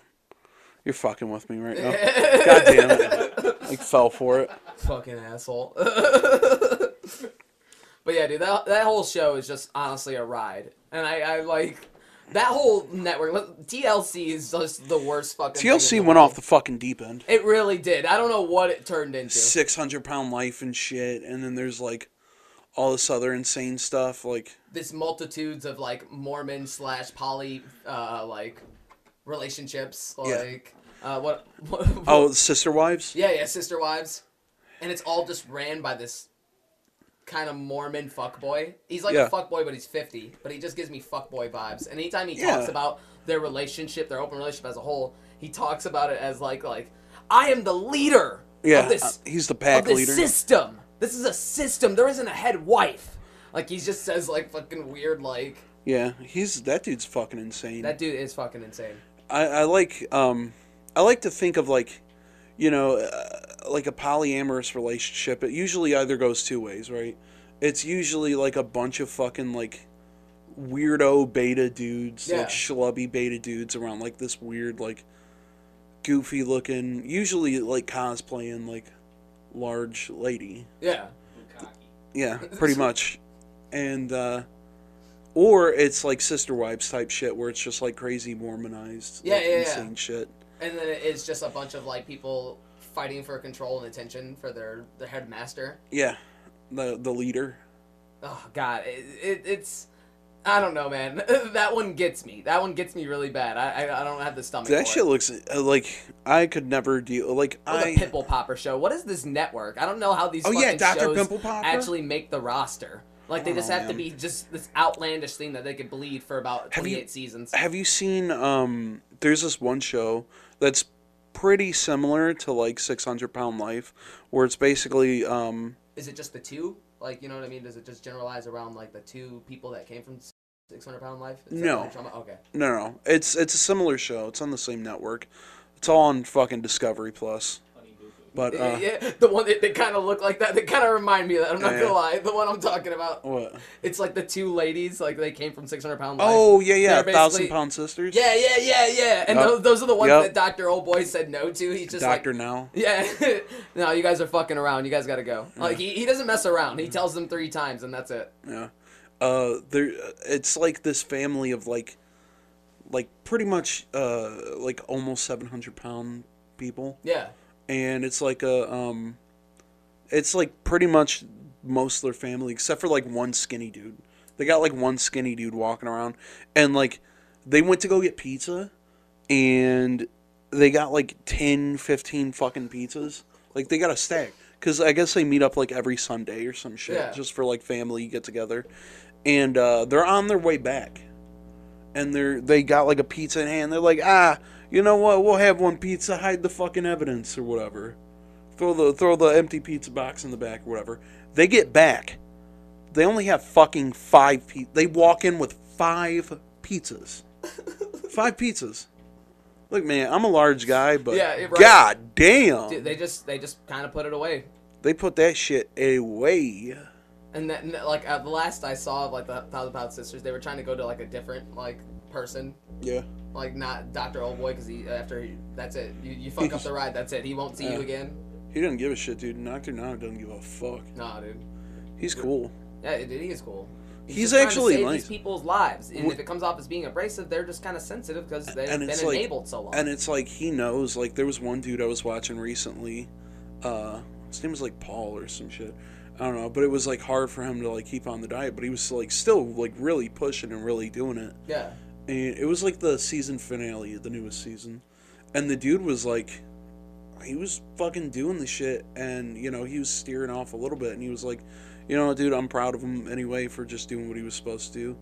[SPEAKER 2] you're fucking with me right now. God damn it! I fell for it.
[SPEAKER 1] Fucking asshole. but yeah, dude, that, that whole show is just honestly a ride, and I, I like that whole network. Look, TLC is just the worst fucking. thing in
[SPEAKER 2] TLC
[SPEAKER 1] the
[SPEAKER 2] went
[SPEAKER 1] world.
[SPEAKER 2] off the fucking deep end.
[SPEAKER 1] It really did. I don't know what it turned into.
[SPEAKER 2] Six hundred pound life and shit, and then there's like all this other insane stuff. Like
[SPEAKER 1] This multitudes of like Mormon slash poly uh, like relationships,
[SPEAKER 2] Yeah.
[SPEAKER 1] like uh, what, what?
[SPEAKER 2] oh, sister wives.
[SPEAKER 1] Yeah, yeah, sister wives, and it's all just ran by this kind of Mormon fuckboy. He's like
[SPEAKER 2] Yeah.
[SPEAKER 1] a fuckboy, but he's fifty. But he just gives me fuckboy vibes. And anytime he
[SPEAKER 2] Yeah.
[SPEAKER 1] talks about their relationship, their open relationship as a whole, he talks about it as like like I am the leader
[SPEAKER 2] Yeah,
[SPEAKER 1] of this
[SPEAKER 2] uh, he's the
[SPEAKER 1] of
[SPEAKER 2] pack
[SPEAKER 1] this
[SPEAKER 2] leader.
[SPEAKER 1] system. This is a system. There isn't a head wife. Like he just says like fucking weird like
[SPEAKER 2] yeah, he's that dude's fucking insane.
[SPEAKER 1] that dude is fucking insane.
[SPEAKER 2] I, I like um, I like to think of like, you know, uh, like a polyamorous relationship. It usually either goes two ways, right? It's usually like a bunch of fucking like weirdo beta dudes,
[SPEAKER 1] Yeah.
[SPEAKER 2] like schlubby beta dudes around like this weird like goofy looking, usually like cosplaying like large lady.
[SPEAKER 1] Yeah.
[SPEAKER 3] Bukaki.
[SPEAKER 2] Yeah, pretty much. And uh or it's like sister wives type shit where it's just like crazy Mormonized,
[SPEAKER 1] Yeah,
[SPEAKER 2] like,
[SPEAKER 1] yeah, yeah.
[SPEAKER 2] insane shit.
[SPEAKER 1] And then it's just a bunch of like people fighting for control and attention for their their headmaster.
[SPEAKER 2] Yeah, the the leader.
[SPEAKER 1] Oh God, it, it, it's I don't know, man. that one gets me. That one gets me really bad. I I, I don't have the stomach.
[SPEAKER 2] That
[SPEAKER 1] for
[SPEAKER 2] shit
[SPEAKER 1] It.
[SPEAKER 2] looks uh, like I could never deal. Like
[SPEAKER 1] Or Oh, the
[SPEAKER 2] I.
[SPEAKER 1] Pimple Popper show. What is this network? I don't know how these
[SPEAKER 2] Oh
[SPEAKER 1] fucking
[SPEAKER 2] yeah, Doctor
[SPEAKER 1] shows
[SPEAKER 2] Pimple Popper.
[SPEAKER 1] actually make the roster. Like they
[SPEAKER 2] I
[SPEAKER 1] just
[SPEAKER 2] don't
[SPEAKER 1] have
[SPEAKER 2] know,
[SPEAKER 1] to
[SPEAKER 2] man.
[SPEAKER 1] be just this outlandish thing that they could bleed for about
[SPEAKER 2] Have you-
[SPEAKER 1] twenty eight seasons.
[SPEAKER 2] Have you seen? Um, there's this one show that's pretty similar to like 600 Pound Life, where it's basically um,
[SPEAKER 1] Is it just the two? Like you know what I mean? Does it just generalize around like the two people that came from Six Hundred Pound Life? Is that
[SPEAKER 2] No. Uh.
[SPEAKER 1] what you're talking about? Okay.
[SPEAKER 2] no, no, it's it's a similar show. It's on the same network. It's all on fucking Discovery Plus.
[SPEAKER 3] Honey boo boo.
[SPEAKER 2] But uh,
[SPEAKER 1] yeah, the one that, that kind of look like that. That kind of remind me of that. I'm not
[SPEAKER 2] Yeah,
[SPEAKER 1] gonna
[SPEAKER 2] yeah.
[SPEAKER 1] lie. The one I'm talking about.
[SPEAKER 2] uh, what?
[SPEAKER 1] It's like the two ladies, like they came from 600 pound life.
[SPEAKER 2] Oh yeah, yeah,
[SPEAKER 1] They're
[SPEAKER 2] Thousand
[SPEAKER 1] basically-
[SPEAKER 2] Pound Sisters.
[SPEAKER 1] Yeah, yeah, yeah, yeah. And
[SPEAKER 2] Yup.
[SPEAKER 1] those, those are the ones
[SPEAKER 2] Yup.
[SPEAKER 1] that Dr. Old Boy said no to. He's just
[SPEAKER 2] Doctor
[SPEAKER 1] like,
[SPEAKER 2] Now.
[SPEAKER 1] yeah, no, you guys are fucking around. You guys gotta go. Like, he, he doesn't mess around. He tells them three times, and that's it.
[SPEAKER 2] Yeah. Uh, there, it's like this family of like, like pretty much, uh, like almost seven hundred pound people,
[SPEAKER 1] Yeah.
[SPEAKER 2] and it's like a, um, it's like pretty much most of their family except for like one skinny dude. They got like one skinny dude walking around, and like, they went to go get pizza, and they got like 10, 15 fucking pizzas. Like they got a stack. Cause I guess they meet up like every Sunday or some shit,
[SPEAKER 1] Yeah.
[SPEAKER 2] just for like family get together, and uh, they're on their way back, and they're they got like a pizza in hand. They're like, ah, you know what? We'll have one pizza, hide the fucking evidence or whatever, throw the throw the empty pizza box in the back or whatever. They get back, they only have fucking five. Pe- they walk in with five pizzas, five pizzas. Look, man, I'm a large guy, but
[SPEAKER 1] Yeah, right.
[SPEAKER 2] god damn,
[SPEAKER 1] Dude, they just they just kind of put it away.
[SPEAKER 2] they put that shit away.
[SPEAKER 1] And that, and that- like uh, the last I saw of like the Thousand Pound Sisters, they were trying to go to like a different like person,
[SPEAKER 2] Yeah.
[SPEAKER 1] like not Doctor Old Boy, because he after he, that's it. You, you fuck up the ride, that's it. He won't see
[SPEAKER 2] Yeah.
[SPEAKER 1] you again.
[SPEAKER 2] He doesn't give a shit, dude. Doctor Now doesn't give a fuck.
[SPEAKER 1] Nah, dude.
[SPEAKER 2] He's cool.
[SPEAKER 1] Yeah, dude, he is cool.
[SPEAKER 2] He's
[SPEAKER 1] just trying to
[SPEAKER 2] actually
[SPEAKER 1] save
[SPEAKER 2] nice.
[SPEAKER 1] these people's lives, and
[SPEAKER 2] Wh-
[SPEAKER 1] if it comes off as being abrasive, they're just kind of sensitive because they've
[SPEAKER 2] and
[SPEAKER 1] been
[SPEAKER 2] it's like-
[SPEAKER 1] enabled so long.
[SPEAKER 2] And it's like he knows. Like there was one dude I was watching recently. Uh, his name was like Paul or some shit. I don't know, but it was like hard for him to like keep on the diet, but he was like still like really pushing and really doing it.
[SPEAKER 1] yeah,
[SPEAKER 2] and it was like the season finale of the newest season and the dude was like he was fucking doing the shit and you know he was steering off a little bit and he was like you know dude i'm proud of him anyway for just doing what he was supposed to do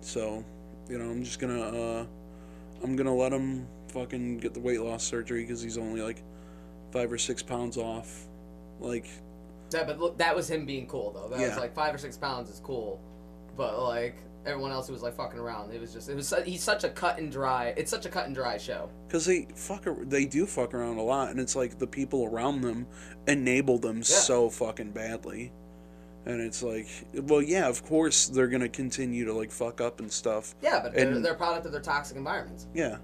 [SPEAKER 2] so you know i'm just gonna uh i'm gonna let him fucking get the weight loss surgery because he's only like five or six pounds off. Like,
[SPEAKER 1] Yeah, but look, that was him being cool though. That was
[SPEAKER 2] Yeah.
[SPEAKER 1] like five or six pounds is cool, but like everyone else who was like fucking around, it was just it was su- he's such a cut and dry. It's such a cut and dry show.
[SPEAKER 2] cause they fuck, ar- they do fuck around a lot, and it's like the people around them enable them so fucking badly, and it's like, well, yeah, of course they're gonna continue to like fuck up and stuff.
[SPEAKER 1] Yeah, but they're,
[SPEAKER 2] And-
[SPEAKER 1] they're a product of their toxic environments.
[SPEAKER 2] Yeah,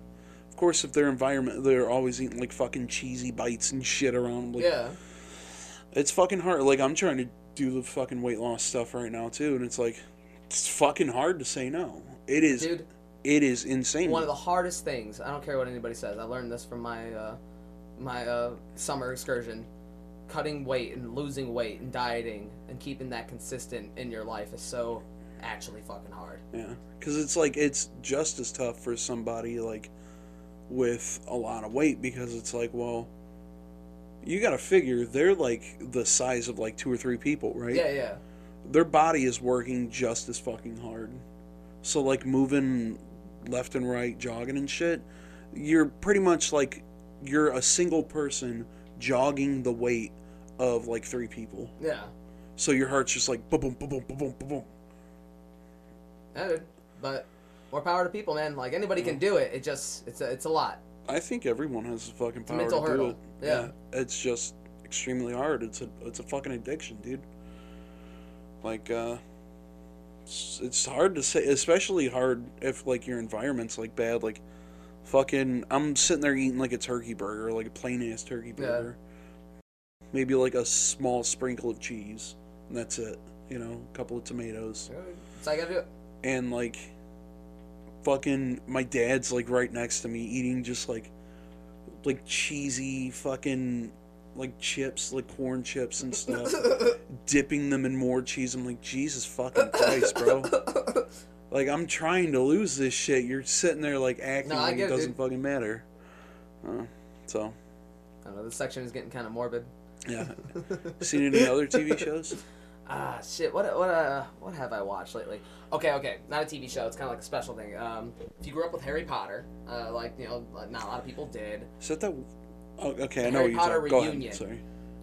[SPEAKER 2] of course if their environment, they're always eating like fucking cheesy bites and shit around. Like,
[SPEAKER 1] yeah,
[SPEAKER 2] it's fucking hard. Like I'm trying to do the fucking weight loss stuff right now too, and it's like, it's fucking hard to say no. It is.
[SPEAKER 1] dude.
[SPEAKER 2] It is insane.
[SPEAKER 1] One of the hardest things. I don't care what anybody says. I learned this from my uh, my uh, summer excursion. Cutting weight and losing weight and dieting and keeping that consistent in your life is so actually fucking hard.
[SPEAKER 2] Yeah, because it's like it's just as tough for somebody like with a lot of weight because it's like, well, you got to figure they're like the size of like two or three people, right?
[SPEAKER 1] Yeah, yeah.
[SPEAKER 2] Their body is working just as fucking hard. So like moving left and right, jogging and shit, you're pretty much like you're a single person jogging the weight of like three people.
[SPEAKER 1] Yeah.
[SPEAKER 2] So your heart's just like boom, boom, boom, boom, boom, boom, boom.
[SPEAKER 1] Yeah, dude. But more power to people, man. Like anybody can do it. It just it's a, it's a lot.
[SPEAKER 2] I think everyone has the fucking
[SPEAKER 1] a
[SPEAKER 2] power
[SPEAKER 1] mental
[SPEAKER 2] to
[SPEAKER 1] hurdle.
[SPEAKER 2] do it.
[SPEAKER 1] Yeah.
[SPEAKER 2] it's just extremely hard. It's a it's a fucking addiction, dude. Like uh it's, it's hard to say, especially hard if like your environment's like bad. Like fucking, I'm sitting there eating like a turkey burger, like a plain ass turkey
[SPEAKER 1] Yeah.
[SPEAKER 2] burger. Maybe like a small sprinkle of cheese, and that's it. You know, a couple of tomatoes
[SPEAKER 1] It's like I gotta do it.
[SPEAKER 2] and like fucking my dad's like right next to me eating just like like cheesy fucking like chips like corn chips and stuff dipping them in more cheese i'm like jesus fucking christ bro like i'm trying to lose this shit you're sitting there like acting
[SPEAKER 1] No, I
[SPEAKER 2] like
[SPEAKER 1] get
[SPEAKER 2] it
[SPEAKER 1] it,
[SPEAKER 2] doesn't
[SPEAKER 1] dude.
[SPEAKER 2] fucking matter uh, so
[SPEAKER 1] I don't know. This section is getting kind of morbid.
[SPEAKER 2] yeah seen any other tv shows
[SPEAKER 1] Ah, shit. What what uh what have I watched lately? Okay, okay. Not a TV show. It's kind of like a special thing. Um, if you grew up with Harry Potter, uh, like you know, like not a lot of people did,
[SPEAKER 2] is that that oh, okay i know
[SPEAKER 1] Harry
[SPEAKER 2] what you're
[SPEAKER 1] Potter
[SPEAKER 2] talking go
[SPEAKER 1] reunion.
[SPEAKER 2] ahead sorry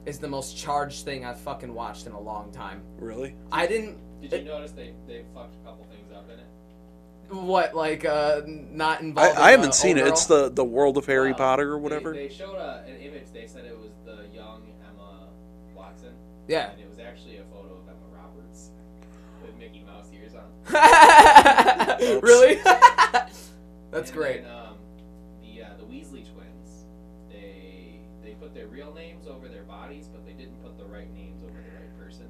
[SPEAKER 1] is the most charged thing I've fucking watched in a long time.
[SPEAKER 2] really
[SPEAKER 1] I didn't.
[SPEAKER 3] Did you notice they, they fucked a couple things up in it?
[SPEAKER 1] What like uh not involved?
[SPEAKER 2] I, I haven't seen it. It's the the world of Harry
[SPEAKER 3] Wow.
[SPEAKER 2] Potter or
[SPEAKER 3] They-
[SPEAKER 2] whatever.
[SPEAKER 3] They, showed uh, an image. They said it was the young Emma Watson.
[SPEAKER 1] yeah.
[SPEAKER 3] And it was actually a photo of Emma Roberts with Mickey Mouse ears on.
[SPEAKER 1] really? That's
[SPEAKER 3] And
[SPEAKER 1] great.
[SPEAKER 3] Then, um, the uh, the Weasley twins. They they put their real names over their bodies, but they didn't put the right names over the right person.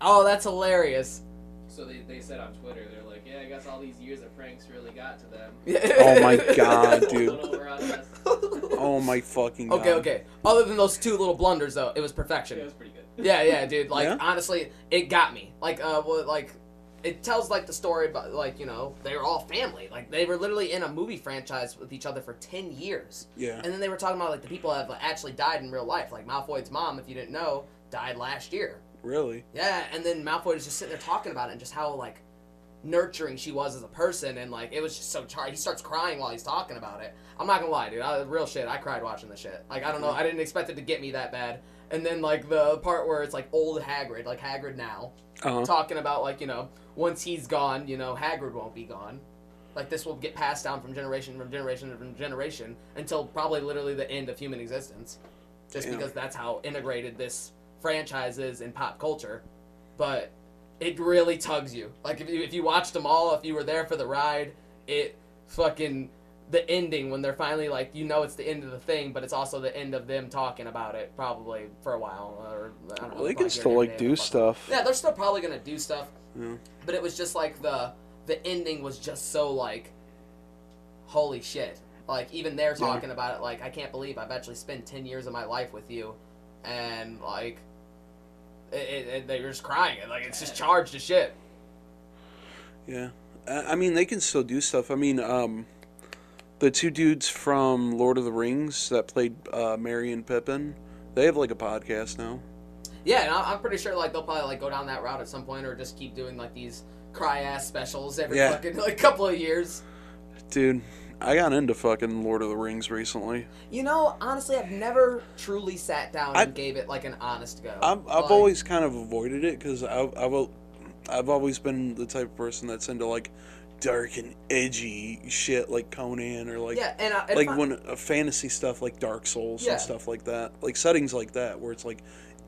[SPEAKER 1] Oh, that's hilarious.
[SPEAKER 3] So they, they said on Twitter, they're like, yeah, I guess all these years of pranks really got to them.
[SPEAKER 2] Oh my God,
[SPEAKER 3] One
[SPEAKER 2] dude.
[SPEAKER 3] over on us.
[SPEAKER 2] Oh my fucking god.
[SPEAKER 1] Okay, okay. Other than those two little blunders, though, it was perfection.
[SPEAKER 3] It was pretty good.
[SPEAKER 1] Yeah, yeah, dude. Like
[SPEAKER 2] Yeah?
[SPEAKER 1] honestly, it got me. Like uh, what, like it tells like the story, but like you know, they were all family. Like they were literally in a movie franchise with each other for ten years,
[SPEAKER 2] Yeah.
[SPEAKER 1] and then they were talking about like the people that have like, actually died in real life. Like Malfoy's mom, if you didn't know, died last year.
[SPEAKER 2] Really?
[SPEAKER 1] Yeah, and then Malfoy was just sitting there talking about it and just how like nurturing she was as a person, and like it was just so charged. He starts crying while he's talking about it. I'm not gonna lie, dude. I, real shit. I cried watching this shit. Like I don't know. I didn't expect it to get me that bad. And then like the part where it's like old Hagrid, like Hagrid now,
[SPEAKER 2] Uh huh.
[SPEAKER 1] talking about like you know once he's gone, you know Hagrid won't be gone. Like this will get passed down from generation from generation from generation until probably literally the end of human existence, just
[SPEAKER 2] Damn.
[SPEAKER 1] because that's how integrated this franchise is in pop culture. But it really tugs you. Like if you if you watched them all, if you were there for the ride, it fucking the ending when they're finally like you know it's the end of the thing, but it's also the end of them talking about it probably for a while or I don't know.
[SPEAKER 2] Well,
[SPEAKER 1] they're
[SPEAKER 2] they can
[SPEAKER 1] probably
[SPEAKER 2] still
[SPEAKER 1] gonna
[SPEAKER 2] like
[SPEAKER 1] end
[SPEAKER 2] do
[SPEAKER 1] it, but-
[SPEAKER 2] stuff.
[SPEAKER 1] yeah, they're still probably gonna do stuff.
[SPEAKER 2] Yeah.
[SPEAKER 1] But it was just like the the ending was just so like holy shit. Like even they're talking about it like I can't believe I've actually spent ten years of my life with you and like it, it, it- they were just crying and like it's just charged to shit.
[SPEAKER 2] Yeah. I I mean, they can still do stuff. I mean, um, the two dudes from Lord of the Rings that played uh, Merry and Pippin, they have like a podcast now.
[SPEAKER 1] Yeah, and I- I'm pretty sure like they'll probably like go down that route at some point or just keep doing like these cry ass specials every
[SPEAKER 2] Yeah.
[SPEAKER 1] fucking like couple of years.
[SPEAKER 2] Dude, I got into fucking Lord of the Rings recently.
[SPEAKER 1] You know, honestly, I've never truly sat down
[SPEAKER 2] I-
[SPEAKER 1] and gave it like an honest go.
[SPEAKER 2] I've, I've
[SPEAKER 1] Like,
[SPEAKER 2] always kind of avoided it because I've, I've al- I've always been the type of person that's into like dark and edgy shit like Conan or like
[SPEAKER 1] yeah, and, I, and
[SPEAKER 2] like
[SPEAKER 1] fi-
[SPEAKER 2] when uh, fantasy stuff like Dark Souls
[SPEAKER 1] Yeah.
[SPEAKER 2] and stuff like that, like settings like that where it's like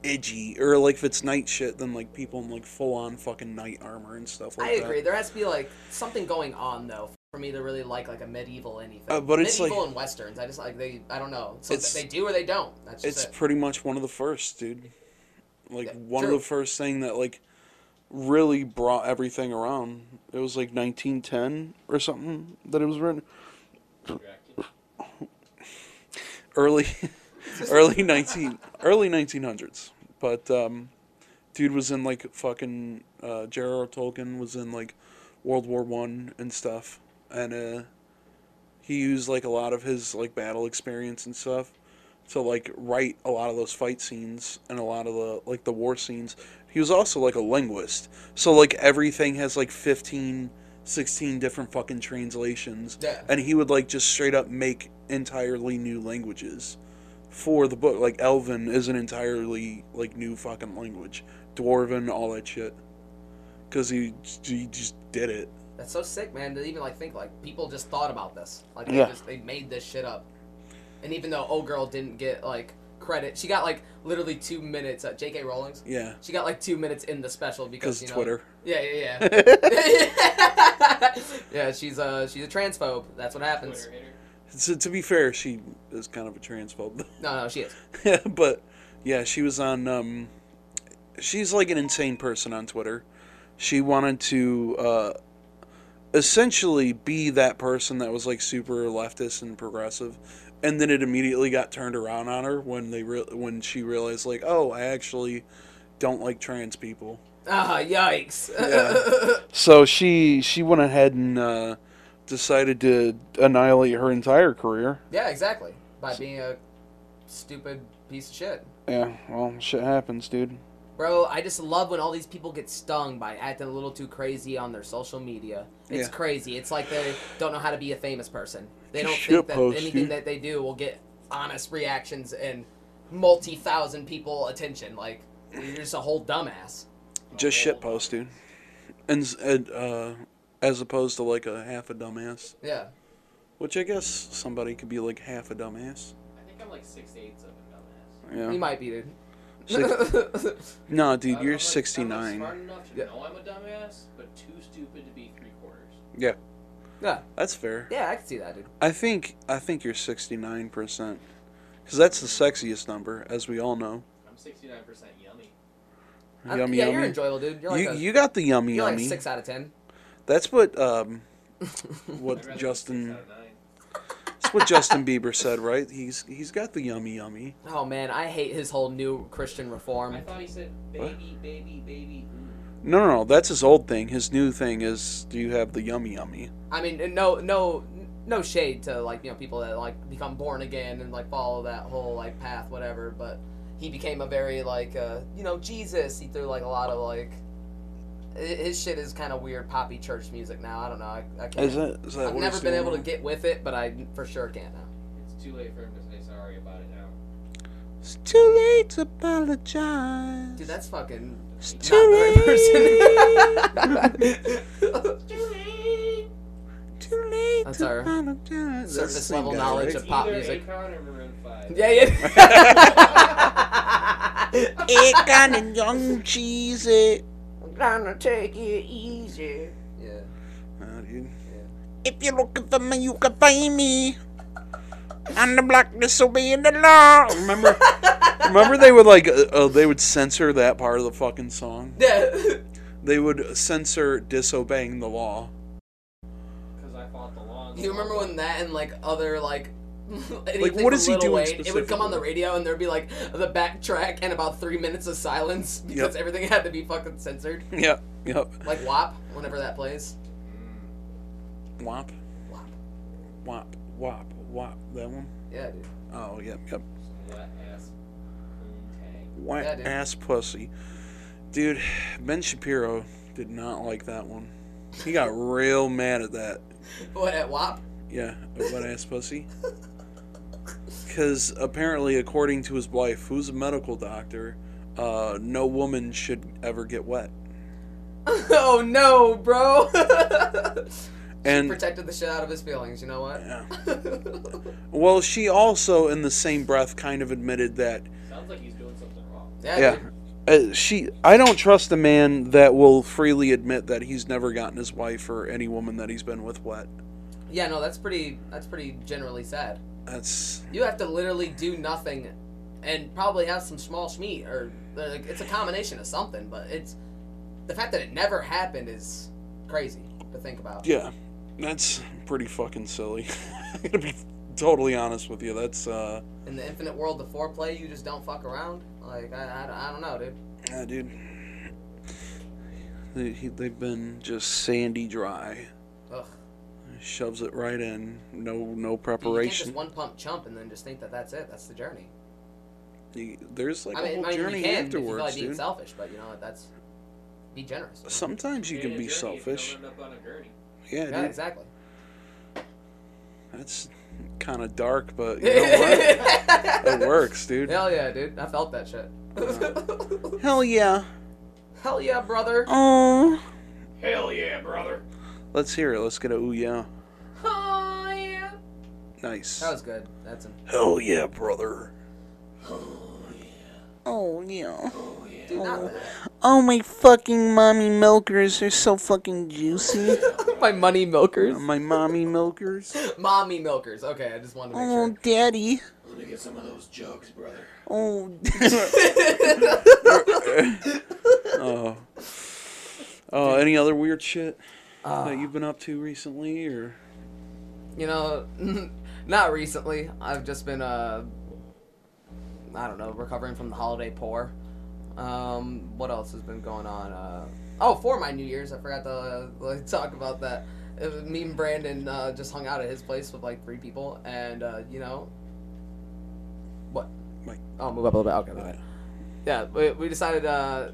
[SPEAKER 2] edgy or like if it's night shit, then like people in like full on fucking night armor and stuff like
[SPEAKER 1] I
[SPEAKER 2] that.
[SPEAKER 1] agree. There has to be like something going on though for me to really like like a medieval anything.
[SPEAKER 2] Uh, but it's,
[SPEAKER 1] medieval and westerns. I just like they. I don't know. So
[SPEAKER 2] It's-
[SPEAKER 1] they do or they don't. That's just
[SPEAKER 2] It's
[SPEAKER 1] it.
[SPEAKER 2] pretty much one of the first, dude. Like
[SPEAKER 1] Yeah,
[SPEAKER 2] one
[SPEAKER 1] true.
[SPEAKER 2] of the first thing that like really brought everything around. It was like 1910 or something that it was written.
[SPEAKER 3] Dracula.
[SPEAKER 2] early early 19 early 1900s but um dude was in like fucking uh J.R.R. Tolkien was in like World War 1 and stuff and uh he used like a lot of his like battle experience and stuff to like write a lot of those fight scenes and a lot of the like the war scenes he was also like a linguist so like everything has like 15 16 different fucking translations
[SPEAKER 1] Yeah.
[SPEAKER 2] and he would like just straight up make entirely new languages for the book like elven is an entirely like new fucking language dwarven all that shit because he, he just did it
[SPEAKER 1] That's so sick, man. To even like think like people just thought about this. Like they
[SPEAKER 2] Yeah.
[SPEAKER 1] just they made this shit up. And even though old girl didn't get like credit, she got like literally two minutes at J.K. Rowling's.
[SPEAKER 2] yeah
[SPEAKER 1] She got like two minutes in the special because
[SPEAKER 2] because
[SPEAKER 1] you know,
[SPEAKER 2] twitter
[SPEAKER 1] Yeah, yeah, yeah. yeah, she's a she's a transphobe. That's what happens.
[SPEAKER 3] Twitter hitter.
[SPEAKER 2] So to be fair, she is kind of a transphobe,
[SPEAKER 1] No, no, she is.
[SPEAKER 2] but yeah, she was on. Um, she's like an insane person on Twitter. She wanted to uh, essentially be that person that was like super leftist and progressive, and then it immediately got turned around on her when they re- when she realized like, oh, I actually don't like trans people.
[SPEAKER 1] Ah, yikes.
[SPEAKER 2] Yeah. So she she went ahead and uh, decided to annihilate her entire career.
[SPEAKER 1] Yeah, exactly. By being a stupid piece of shit.
[SPEAKER 2] Yeah, well, shit happens, dude.
[SPEAKER 1] Bro, I just love when all these people get stung by acting a little too crazy on their social media. It's
[SPEAKER 2] Yeah.
[SPEAKER 1] crazy. It's like they don't know how to be a famous person. They don't
[SPEAKER 2] Shit
[SPEAKER 1] think that
[SPEAKER 2] post,
[SPEAKER 1] anything
[SPEAKER 2] dude.
[SPEAKER 1] that they do will get honest reactions and multi thousand people attention. Like you're just a whole dumbass.
[SPEAKER 2] Just
[SPEAKER 3] Oh,
[SPEAKER 2] shit post, dude. And, s- and uh, as opposed to like a half a dumbass,
[SPEAKER 1] Yeah.
[SPEAKER 2] which I guess somebody could be like half a dumbass.
[SPEAKER 3] I think I'm like six eighths of a dumbass.
[SPEAKER 1] You
[SPEAKER 2] Yeah.
[SPEAKER 1] might "Oh, be dude.
[SPEAKER 2] No,
[SPEAKER 3] Uh,
[SPEAKER 2] dude,
[SPEAKER 3] I'm
[SPEAKER 2] you're
[SPEAKER 3] like-
[SPEAKER 2] sixty
[SPEAKER 3] I'm like
[SPEAKER 2] nine.
[SPEAKER 3] smart enough to
[SPEAKER 1] Yeah.
[SPEAKER 3] know I'm a dumbass, but too stupid to be three quarters.
[SPEAKER 2] Yeah,
[SPEAKER 1] yeah.
[SPEAKER 2] that's fair.
[SPEAKER 1] Yeah, I can see that dude.
[SPEAKER 2] I think I think you're sixty nine percent, because that's the sexiest number, as we all know.
[SPEAKER 3] I'm 69% yummy.
[SPEAKER 1] I'm-
[SPEAKER 2] yummy,
[SPEAKER 1] Uh, yeah,
[SPEAKER 2] yummy.
[SPEAKER 1] you're enjoyable, dude. You're like
[SPEAKER 2] you
[SPEAKER 1] a
[SPEAKER 2] you got the yummy,
[SPEAKER 1] you're like a
[SPEAKER 2] yummy.
[SPEAKER 1] six out of ten.
[SPEAKER 2] That's what um,
[SPEAKER 3] I'd rather
[SPEAKER 2] what
[SPEAKER 3] be
[SPEAKER 2] Justin
[SPEAKER 3] Six out of nine.
[SPEAKER 2] that's what Justin Bieber said, right? He's he's got the yummy, yummy.
[SPEAKER 1] Oh man, I hate his whole new Christian reform.
[SPEAKER 3] I thought he said baby,
[SPEAKER 2] What?
[SPEAKER 3] baby, baby. Ooh.
[SPEAKER 2] No, no, no. That's his old thing. His new thing is, do you have the yummy, yummy?
[SPEAKER 1] I mean, no, no, no shade to like you know people that like become born again and like follow that whole like path, whatever. But he became a very like uh, you know Jesus. He threw like a lot of like hi- his shit is kind of weird poppy church music now. I don't know. I, I can't.
[SPEAKER 2] Is that, is that
[SPEAKER 1] I've
[SPEAKER 2] what
[SPEAKER 1] never
[SPEAKER 2] he's
[SPEAKER 1] been
[SPEAKER 2] doing
[SPEAKER 1] able to
[SPEAKER 2] now?
[SPEAKER 1] get with it, but I for sure can now.
[SPEAKER 3] It's too late for him to say sorry about it now.
[SPEAKER 2] It's too late to apologize.
[SPEAKER 1] Dude, that's fucking
[SPEAKER 2] It's
[SPEAKER 1] not
[SPEAKER 2] too
[SPEAKER 1] the right person.
[SPEAKER 2] too late
[SPEAKER 1] That's
[SPEAKER 2] to
[SPEAKER 1] our
[SPEAKER 2] apologize.
[SPEAKER 1] surface
[SPEAKER 2] That's the same
[SPEAKER 1] level
[SPEAKER 2] guy,
[SPEAKER 1] knowledge
[SPEAKER 2] right?
[SPEAKER 1] of pop
[SPEAKER 3] Either
[SPEAKER 1] music.
[SPEAKER 3] Akon or Maroon 5.
[SPEAKER 1] yeah, yeah.
[SPEAKER 2] Akon and Young Cheesy.
[SPEAKER 1] I'm gonna take it easy. Yeah.
[SPEAKER 2] Oh, dude.
[SPEAKER 4] If you're looking for me, you can find me. On the block disobeying the law.
[SPEAKER 2] Remember, remember they would like, uh, oh, they would censor that part of the fucking song.
[SPEAKER 1] Yeah.
[SPEAKER 2] They would censor disobeying the law.
[SPEAKER 3] Because I fought the long.
[SPEAKER 1] You remember when that and like other like anything
[SPEAKER 2] what
[SPEAKER 1] from
[SPEAKER 2] is he
[SPEAKER 1] Lil
[SPEAKER 2] doing
[SPEAKER 1] Wayne, It would come on the
[SPEAKER 2] specifically?
[SPEAKER 1] radio and there'd be like the backtrack and about three minutes of silence because everything had to be fucking censored.
[SPEAKER 2] Yep, yep.
[SPEAKER 1] Like WAP, whenever that plays.
[SPEAKER 2] Wop,
[SPEAKER 1] WAP.
[SPEAKER 2] wop, wop, wop. That one.
[SPEAKER 1] Yeah, dude.
[SPEAKER 2] Oh, yep, yep.
[SPEAKER 3] Wet ass. Okay.
[SPEAKER 2] White
[SPEAKER 1] Yeah, dude.
[SPEAKER 2] ass pussy. Dude, Ben Shapiro did not like that one. He got real mad at that.
[SPEAKER 1] What at WAP?
[SPEAKER 2] Yeah, a wet ass pussy. Because apparently, according to his wife, who's a medical doctor, uh, no woman should ever get wet.
[SPEAKER 1] oh no, bro.
[SPEAKER 2] And-
[SPEAKER 1] she protected the shit out of his feelings. You know what?
[SPEAKER 2] Yeah. Well, she also, in the same breath, kind of admitted that
[SPEAKER 3] Sounds like he's doing something wrong.
[SPEAKER 1] yeah.
[SPEAKER 2] Yeah.
[SPEAKER 1] dude.
[SPEAKER 2] uh, she. I don't trust a man that will freely admit that he's never gotten his wife or any woman that he's been with wet.
[SPEAKER 1] Yeah. No, that's pretty. That's pretty generally sad.
[SPEAKER 2] That's
[SPEAKER 1] You have to literally do nothing, and probably have some small schmeat or like it's a combination of something. But it's the fact that it never happened is crazy to think about.
[SPEAKER 2] yeah, that's pretty fucking silly. I'm gonna be totally honest with you. That's uh,
[SPEAKER 1] In the infinite world of foreplay, you just don't fuck around. Like I, I, I don't know, dude.
[SPEAKER 2] yeah, dude. They, he, they've been just sandy dry.
[SPEAKER 1] Ugh.
[SPEAKER 2] Shoves it right in. No, no
[SPEAKER 1] Dude, you can't just
[SPEAKER 2] preparation.
[SPEAKER 1] one pump chump and then just think that that's it. That's the journey.
[SPEAKER 2] You- There's like
[SPEAKER 1] I
[SPEAKER 2] a
[SPEAKER 1] mean,
[SPEAKER 2] whole
[SPEAKER 1] I mean
[SPEAKER 2] journey
[SPEAKER 1] you can if you feel
[SPEAKER 2] afterwards,
[SPEAKER 1] like being
[SPEAKER 2] dude.
[SPEAKER 1] selfish, but you know what, that's be generous. you know?
[SPEAKER 2] Sometimes you
[SPEAKER 3] It
[SPEAKER 2] can
[SPEAKER 3] is
[SPEAKER 2] be
[SPEAKER 3] dirty if you don't
[SPEAKER 2] selfish.
[SPEAKER 3] end up on a gurney.
[SPEAKER 2] Yeah,
[SPEAKER 1] yeah,
[SPEAKER 2] dude.
[SPEAKER 1] exactly.
[SPEAKER 2] That's kind of dark, but you know what? it works, dude.
[SPEAKER 1] Hell yeah, dude. I felt that shit.
[SPEAKER 2] Hell yeah.
[SPEAKER 1] Hell yeah, brother.
[SPEAKER 2] Oh.
[SPEAKER 3] Hell yeah, brother.
[SPEAKER 2] Let's hear it. Let's get a ooh yeah.
[SPEAKER 1] Oh yeah.
[SPEAKER 2] Nice.
[SPEAKER 1] That was good. That's him.
[SPEAKER 2] Hell yeah, brother.
[SPEAKER 4] Oh, yeah.
[SPEAKER 1] Dude, not bad.
[SPEAKER 4] Oh, my fucking mommy milkers are so fucking juicy.
[SPEAKER 1] My money milkers.
[SPEAKER 2] My mommy milkers.
[SPEAKER 1] Mommy milkers. Okay, I just wanted to make
[SPEAKER 4] Oh,
[SPEAKER 2] Um.
[SPEAKER 4] daddy.
[SPEAKER 3] Let me get some of those jugs, brother.
[SPEAKER 4] Oh,
[SPEAKER 2] Oh. Oh, any other weird shit
[SPEAKER 1] sure.
[SPEAKER 2] that
[SPEAKER 1] Uh,
[SPEAKER 2] you've been up to recently, or
[SPEAKER 1] you know, not recently. I've just been uh I don't know, recovering from the holiday pour. Um, what else has been going on? Uh, oh, for my New Year's, I forgot to uh, like, talk about that. It was- me and Brandon uh, just hung out at his place with like three people, and uh, you know, what?
[SPEAKER 2] Mike.
[SPEAKER 1] Oh, move up a little bit. Okay, all right. Yeah, we, we decided uh,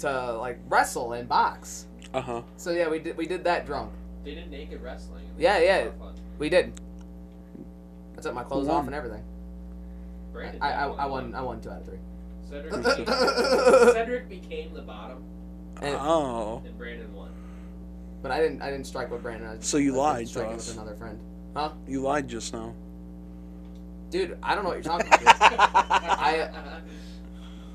[SPEAKER 1] to like wrestle and box.
[SPEAKER 2] uh huh?
[SPEAKER 1] So yeah, we did we did that drunk.
[SPEAKER 3] They did naked wrestling. and
[SPEAKER 1] Yeah,
[SPEAKER 3] it was
[SPEAKER 1] yeah.
[SPEAKER 3] a lot of fun.
[SPEAKER 1] We did. I took my clothes
[SPEAKER 2] won?
[SPEAKER 1] off and everything.
[SPEAKER 3] Brandon
[SPEAKER 1] I, I,
[SPEAKER 3] definitely
[SPEAKER 1] I won I won two out of three.
[SPEAKER 3] Cedric, Cedric became the bottom,
[SPEAKER 1] And-
[SPEAKER 2] Oh,
[SPEAKER 3] and Brandon won.
[SPEAKER 1] But I didn't. I didn't strike with Brandon. I
[SPEAKER 2] So you
[SPEAKER 1] I
[SPEAKER 2] lied to
[SPEAKER 1] Striking
[SPEAKER 2] us.
[SPEAKER 1] with another friend, huh?
[SPEAKER 2] you lied just now.
[SPEAKER 1] Dude, I don't know what you're talking about. dude. I-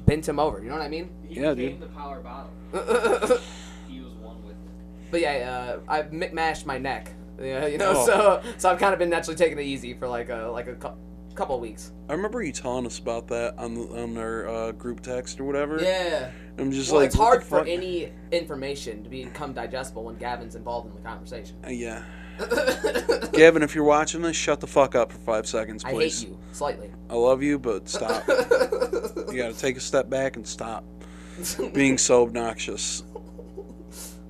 [SPEAKER 1] Bent him over. You know what I mean?
[SPEAKER 3] he
[SPEAKER 2] Yeah,
[SPEAKER 3] became the power bottom.
[SPEAKER 1] but
[SPEAKER 3] He was one with it.
[SPEAKER 1] yeah, uh, I mashed my neck. Yeah, you know.
[SPEAKER 2] Oh.
[SPEAKER 1] So so I've kind of been naturally taking it easy for like a like a cou- couple weeks.
[SPEAKER 2] I remember you telling us about that on the, on our uh, group text or whatever.
[SPEAKER 1] Yeah.
[SPEAKER 2] I'm just
[SPEAKER 1] well,
[SPEAKER 2] like
[SPEAKER 1] it's
[SPEAKER 2] what
[SPEAKER 1] hard
[SPEAKER 2] the
[SPEAKER 1] for
[SPEAKER 2] fuck?
[SPEAKER 1] any information to become digestible when Gavin's involved in the conversation.
[SPEAKER 2] Uh, yeah. Gavin, if you're watching this, shut the fuck up for five seconds,
[SPEAKER 1] I hate
[SPEAKER 2] please.
[SPEAKER 1] you slightly.
[SPEAKER 2] I love you, but stop. you gotta take a step back and stop being so obnoxious.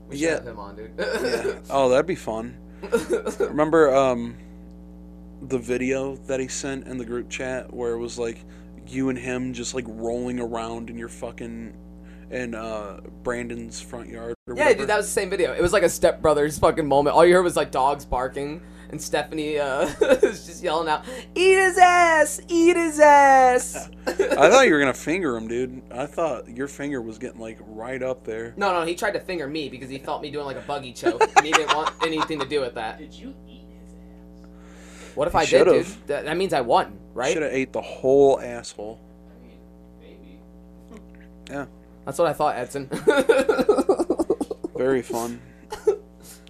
[SPEAKER 1] we should
[SPEAKER 2] Yeah.
[SPEAKER 1] have him on, dude.
[SPEAKER 2] Yeah. Oh, that'd be fun. Remember um, the video that he sent in the group chat where it was like you and him just like rolling around in your fucking in uh, Brandon's front yard or
[SPEAKER 1] Yeah,
[SPEAKER 2] whatever.
[SPEAKER 1] dude, that was the same video. It was like a Step Brothers fucking moment. All you heard was like dogs barking, and Stephanie uh, was just yelling out, "Eat his ass! Eat his ass!"
[SPEAKER 2] I thought you were gonna finger him, dude. I thought your finger was getting like right up there.
[SPEAKER 1] no, no, he tried to finger me because he felt me doing like a buggy choke, and he didn't want anything to do with that.
[SPEAKER 3] Did you eat his ass?
[SPEAKER 1] What if I did,
[SPEAKER 2] Should've.
[SPEAKER 1] dude? That, that means I won, right?
[SPEAKER 2] Should have ate the whole asshole.
[SPEAKER 3] I mean, maybe.
[SPEAKER 2] Yeah,
[SPEAKER 1] That's what I thought, Edson.
[SPEAKER 2] very fun.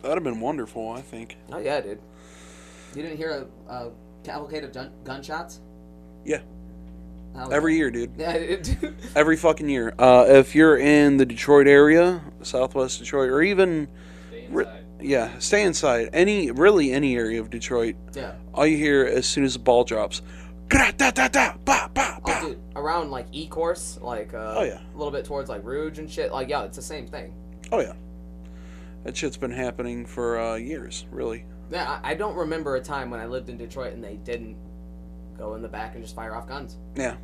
[SPEAKER 2] That'd have been wonderful, I think.
[SPEAKER 1] oh yeah, dude. You didn't hear a, a cavalcade of gun- gunshots?
[SPEAKER 2] Yeah,
[SPEAKER 1] That was-
[SPEAKER 2] every year, dude.
[SPEAKER 1] Yeah, dude.
[SPEAKER 2] Every fucking year. Uh, if you're in the Detroit area, Southwest Detroit, or even
[SPEAKER 3] Stay
[SPEAKER 2] Re-
[SPEAKER 3] inside.
[SPEAKER 2] yeah, stay inside. Any really any area of Detroit,
[SPEAKER 1] yeah.
[SPEAKER 2] all you hear as soon as the ball drops, "Gra- da da da ba ba
[SPEAKER 1] Oh,
[SPEAKER 2] ba.
[SPEAKER 1] dude, around like E course, like uh,
[SPEAKER 2] Oh, yeah.
[SPEAKER 1] a little bit towards like Rouge and shit. Like, yeah, it's the same thing.
[SPEAKER 2] Oh yeah, that shit's been happening for uh, years, really.
[SPEAKER 1] Yeah, I, I don't remember a time when I lived in Detroit and they didn't go in the back and just fire off guns.
[SPEAKER 2] Yeah,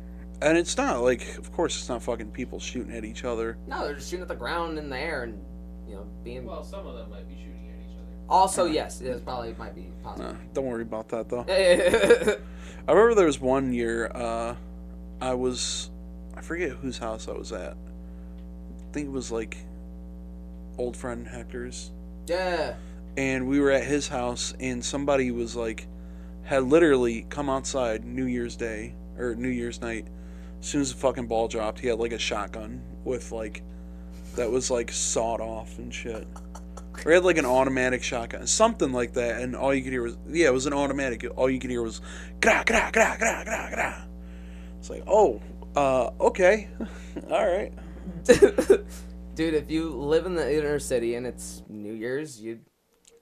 [SPEAKER 2] and it's not like, of course, it's not fucking people shooting at each other.
[SPEAKER 1] No, they're just shooting at the ground in the air and you know being
[SPEAKER 3] Well, some of them might be shooting at each other.
[SPEAKER 1] Also, yes, it is probably might be possible.
[SPEAKER 2] Nah, don't worry about that though.
[SPEAKER 1] yeah,
[SPEAKER 2] I remember there was one year uh, I was I forget whose house I was at. I think it was like old friend Hector's, and we were at his house, and somebody was like had literally come outside New Year's Day or New Year's night. As soon as the fucking ball dropped, he had like a shotgun with like that was like sawed off and shit. Or he had like an automatic shotgun, something like that, and all you could hear was yeah, it was an automatic. All you could hear was gra gra gra gra gra gra. It's like oh, uh, okay, all right.
[SPEAKER 1] dude, if you live in the inner city and it's New Year's, you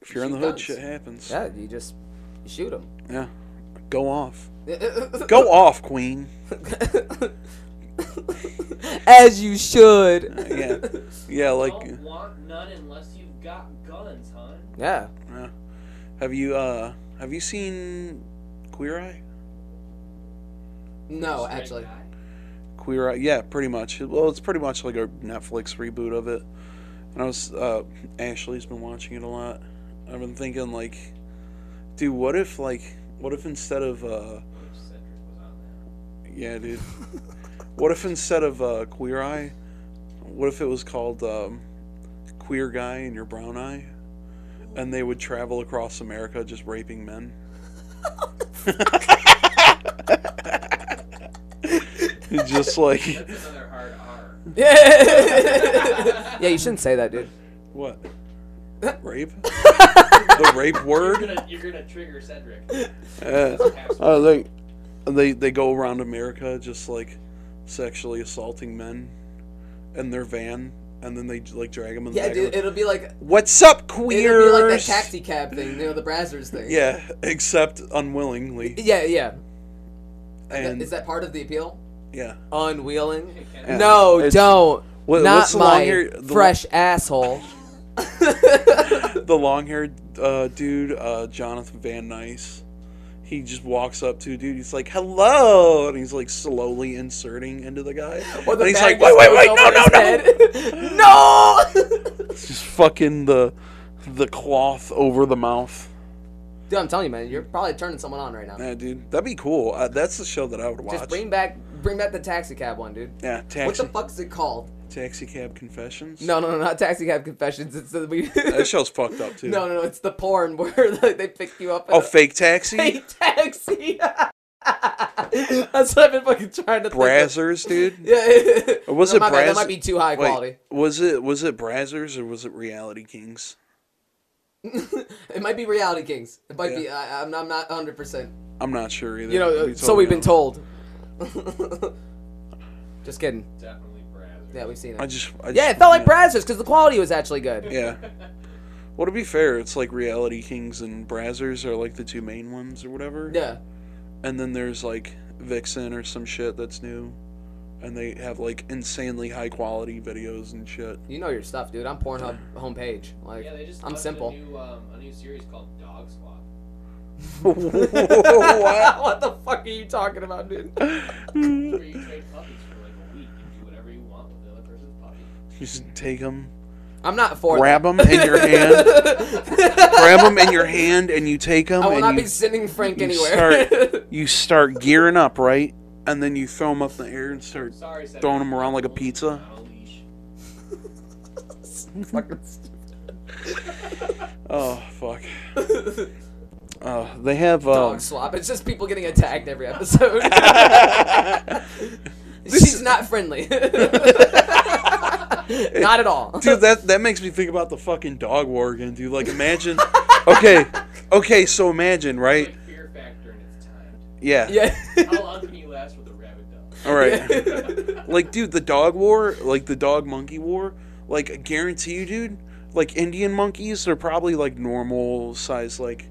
[SPEAKER 2] If you're in the
[SPEAKER 1] Shoot
[SPEAKER 2] hood,
[SPEAKER 1] guns.
[SPEAKER 2] shit happens.
[SPEAKER 1] yeah, you just shoot them.
[SPEAKER 2] Yeah, go off, go off, queen.
[SPEAKER 1] As you should.
[SPEAKER 2] Uh, Yeah, yeah, like.
[SPEAKER 3] Don't want none unless you've got guns, hon.
[SPEAKER 1] Yeah.
[SPEAKER 2] Yeah. Have you uh have you seen Queer Eye?
[SPEAKER 1] No,
[SPEAKER 3] Straight
[SPEAKER 1] actually.
[SPEAKER 3] guy.
[SPEAKER 2] Queer Eye, yeah, pretty much. Well, it's pretty much like a Netflix reboot of it. And I was uh Ashley's been watching it a lot. I've been thinking like, dude, what if like what if instead of uh
[SPEAKER 3] Which Cedric was on that.
[SPEAKER 2] yeah, dude, what if instead of uh Queer Eye, what if it was called um Queer Guy and Your Brown Eye, and they would travel across America just raping men. just like
[SPEAKER 3] That's another hard R.
[SPEAKER 1] Yeah. yeah, you shouldn't say that, dude.
[SPEAKER 2] what? Rape? the rape
[SPEAKER 3] You're
[SPEAKER 2] word?
[SPEAKER 3] gonna, you're gonna trigger Cedric.
[SPEAKER 2] Uh,
[SPEAKER 3] Perhaps
[SPEAKER 2] oh, they, they they go around America just like sexually assaulting men in their van, and then they like drag them in the
[SPEAKER 1] Yeah,
[SPEAKER 2] back of
[SPEAKER 1] dude,
[SPEAKER 2] the-
[SPEAKER 1] it'll be like
[SPEAKER 2] What's up, queers?
[SPEAKER 1] it'll be like that taxi cab thing, you know, the Brazzers thing.
[SPEAKER 2] Yeah, except unwillingly.
[SPEAKER 1] Yeah, yeah.
[SPEAKER 2] And
[SPEAKER 1] Is that part of the appeal?
[SPEAKER 2] yeah,
[SPEAKER 1] Unwheeling.
[SPEAKER 3] Ken-
[SPEAKER 2] Yeah.
[SPEAKER 1] No,
[SPEAKER 2] It's-
[SPEAKER 1] don't.
[SPEAKER 2] What-
[SPEAKER 1] Not
[SPEAKER 2] what's the long
[SPEAKER 1] my
[SPEAKER 2] hair- the-
[SPEAKER 1] fresh asshole.
[SPEAKER 2] the long-haired uh, dude, uh, Jonathan Van Nice. He just walks up to a dude. He's like, "Hello," and he's like slowly inserting into the guy.
[SPEAKER 1] Or the
[SPEAKER 2] and he's
[SPEAKER 1] bag
[SPEAKER 2] like, "Wait, wait, wait! No, no,
[SPEAKER 1] just
[SPEAKER 2] no!"
[SPEAKER 1] goes over his head. no!
[SPEAKER 2] Just fucking the the cloth over the mouth.
[SPEAKER 1] Dude, I'm telling you, man, you're probably turning someone on right now.
[SPEAKER 2] Yeah, dude, that'd be cool. Uh, that's the show that I would watch.
[SPEAKER 1] Just bring back, bring back the taxi cab one, dude.
[SPEAKER 2] yeah,
[SPEAKER 1] What
[SPEAKER 2] taxi
[SPEAKER 1] the fuck's it called?
[SPEAKER 2] taxi cab confessions.
[SPEAKER 1] No, no, no, not taxi cab confessions. It's the we.
[SPEAKER 2] that show's fucked up too.
[SPEAKER 1] no, no, no, it's the porn where like, they pick you up. in
[SPEAKER 2] Oh,
[SPEAKER 1] a
[SPEAKER 2] fake taxi.
[SPEAKER 1] fake taxi. That's what I've been fucking trying to. think of.
[SPEAKER 2] Brazzers, dude.
[SPEAKER 1] Yeah.
[SPEAKER 2] Or was
[SPEAKER 1] That
[SPEAKER 2] it
[SPEAKER 1] might be-
[SPEAKER 2] Brazz-
[SPEAKER 1] That might be too high
[SPEAKER 2] Wait,
[SPEAKER 1] quality.
[SPEAKER 2] was it was it Brazzers or was it Reality Kings?
[SPEAKER 1] It might be Reality Kings. It might
[SPEAKER 2] Yeah.
[SPEAKER 1] be. I, I'm, I'm not 100. percent
[SPEAKER 2] I'm not sure either.
[SPEAKER 1] You know. uh,
[SPEAKER 2] We
[SPEAKER 1] so we've been
[SPEAKER 2] totally
[SPEAKER 1] told. Just kidding.
[SPEAKER 3] Definitely Brazzers.
[SPEAKER 1] Yeah, we've seen it.
[SPEAKER 2] don't. I just, I
[SPEAKER 1] yeah,
[SPEAKER 2] just-
[SPEAKER 1] it felt like Brazzers because the quality was actually good.
[SPEAKER 2] Yeah. Well, to be fair, it's like Reality Kings and Brazzers are like the two main ones or whatever.
[SPEAKER 1] Yeah.
[SPEAKER 2] And then there's like Vixen or some shit that's new, and they have like insanely high quality videos and shit.
[SPEAKER 1] You know your stuff, dude. I'm Pornhub homepage. Like,
[SPEAKER 3] Yeah, they just
[SPEAKER 1] I'm
[SPEAKER 3] launched
[SPEAKER 1] simple.
[SPEAKER 3] A new, um, a new series called Dog Squad.
[SPEAKER 2] What?
[SPEAKER 1] what the fuck are you talking about, dude?
[SPEAKER 3] Where you trade puppies for like a week and do whatever you want with the other person's puppy.
[SPEAKER 2] Just take them,
[SPEAKER 1] I'm not for
[SPEAKER 2] grab them in your hand, grab them in your hand, and you take them.
[SPEAKER 1] I will
[SPEAKER 2] and
[SPEAKER 1] not
[SPEAKER 2] you,
[SPEAKER 1] be sending Frank
[SPEAKER 2] you
[SPEAKER 1] anywhere.
[SPEAKER 2] start you start gearing up, right? And then you throw them up in the air and start
[SPEAKER 3] Sorry, Cedric.
[SPEAKER 2] throwing them around like a
[SPEAKER 3] Only
[SPEAKER 2] pizza.
[SPEAKER 3] on a leash.
[SPEAKER 2] Oh fuck. Oh, they have um,
[SPEAKER 1] Dog swap. It's just people getting attacked every episode.
[SPEAKER 2] um,
[SPEAKER 1] She's not friendly. not at all.
[SPEAKER 2] dude. That that makes me think about the fucking dog war again, dude. Like imagine. okay, okay. So imagine,
[SPEAKER 3] It's
[SPEAKER 2] right?
[SPEAKER 3] like Fear Factor and it's timed.
[SPEAKER 2] Yeah.
[SPEAKER 1] Yeah.
[SPEAKER 3] How long can you last with a rabid dog?
[SPEAKER 2] All right. Like, dude, the dog war, like the dog monkey war. Like, I guarantee you, dude. Like Indian monkeys, they're probably like normal size, like.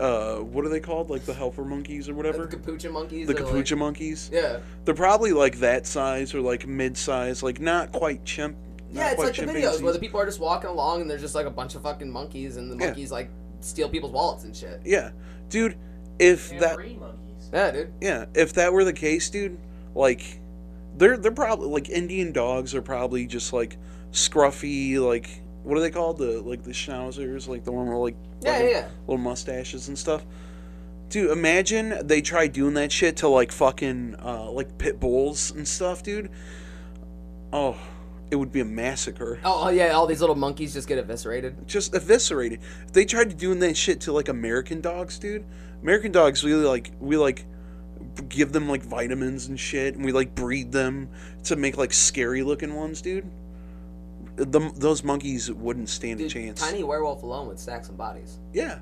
[SPEAKER 2] Uh, what are they called? Like the helper monkeys or
[SPEAKER 1] the
[SPEAKER 2] whatever?
[SPEAKER 1] capuchin monkeys.
[SPEAKER 2] The
[SPEAKER 1] are like-
[SPEAKER 2] capucha monkeys.
[SPEAKER 1] yeah.
[SPEAKER 2] They're probably like that size or like mid size, like not quite chimp. Not
[SPEAKER 1] Yeah, it's
[SPEAKER 2] quite
[SPEAKER 1] like the videos
[SPEAKER 2] chimpanzees.
[SPEAKER 1] where the people are just walking along and there's just like a bunch of fucking monkeys and the
[SPEAKER 2] Yeah. E
[SPEAKER 1] monkeys like steal people's wallets and shit.
[SPEAKER 2] Yeah, dude. If
[SPEAKER 3] They have
[SPEAKER 2] that
[SPEAKER 3] brain monkeys.
[SPEAKER 1] Yeah, dude.
[SPEAKER 2] yeah, if that were the case, dude, like they're they're probably like Indian dogs are probably just like scruffy, like what are they called? The like the schnauzers, like the one with like
[SPEAKER 1] Yeah,
[SPEAKER 2] fucking
[SPEAKER 1] yeah, yeah.
[SPEAKER 2] little mustaches and stuff. Dude, imagine they try doing that shit to like fucking uh, like pit bulls and stuff, dude. Oh, it would be a massacre.
[SPEAKER 1] Oh, oh, yeah, all these little monkeys just get eviscerated.
[SPEAKER 2] Just eviscerated. If they tried doing that shit to like American dogs, dude. American dogs, we like we like give them like vitamins and shit, and we like breed them to make like scary looking ones, dude. The, those monkeys wouldn't stand
[SPEAKER 1] Dude,
[SPEAKER 2] a chance.
[SPEAKER 1] Tiny werewolf alone would stack some bodies.
[SPEAKER 2] yeah.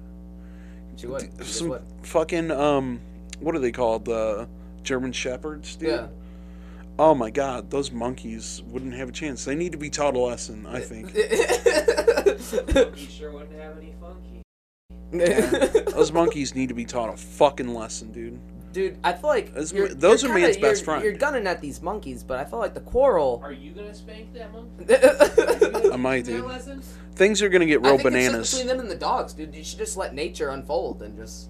[SPEAKER 1] She would. She just
[SPEAKER 2] some
[SPEAKER 1] would.
[SPEAKER 2] fucking um what are they called the german shepherds dude
[SPEAKER 1] Yeah.
[SPEAKER 2] oh my god those monkeys wouldn't have a chance they need to be taught a lesson i think
[SPEAKER 3] He sure wouldn't have any funky.
[SPEAKER 2] those monkeys need to be taught a fucking lesson dude
[SPEAKER 1] Dude, I feel like
[SPEAKER 2] Those-
[SPEAKER 1] you're-
[SPEAKER 2] those
[SPEAKER 1] you're
[SPEAKER 2] are
[SPEAKER 1] kinda-
[SPEAKER 2] man's best
[SPEAKER 1] you're-
[SPEAKER 2] friend.
[SPEAKER 1] You're gunning at these monkeys, but I feel like the quarrel.
[SPEAKER 3] Are you gonna spank that monkey?
[SPEAKER 1] I
[SPEAKER 2] i might dude
[SPEAKER 3] Lesson?
[SPEAKER 2] things are gonna get real
[SPEAKER 1] think It's just
[SPEAKER 2] bananas
[SPEAKER 1] between them and the dogs, dude. You should just let nature unfold and just.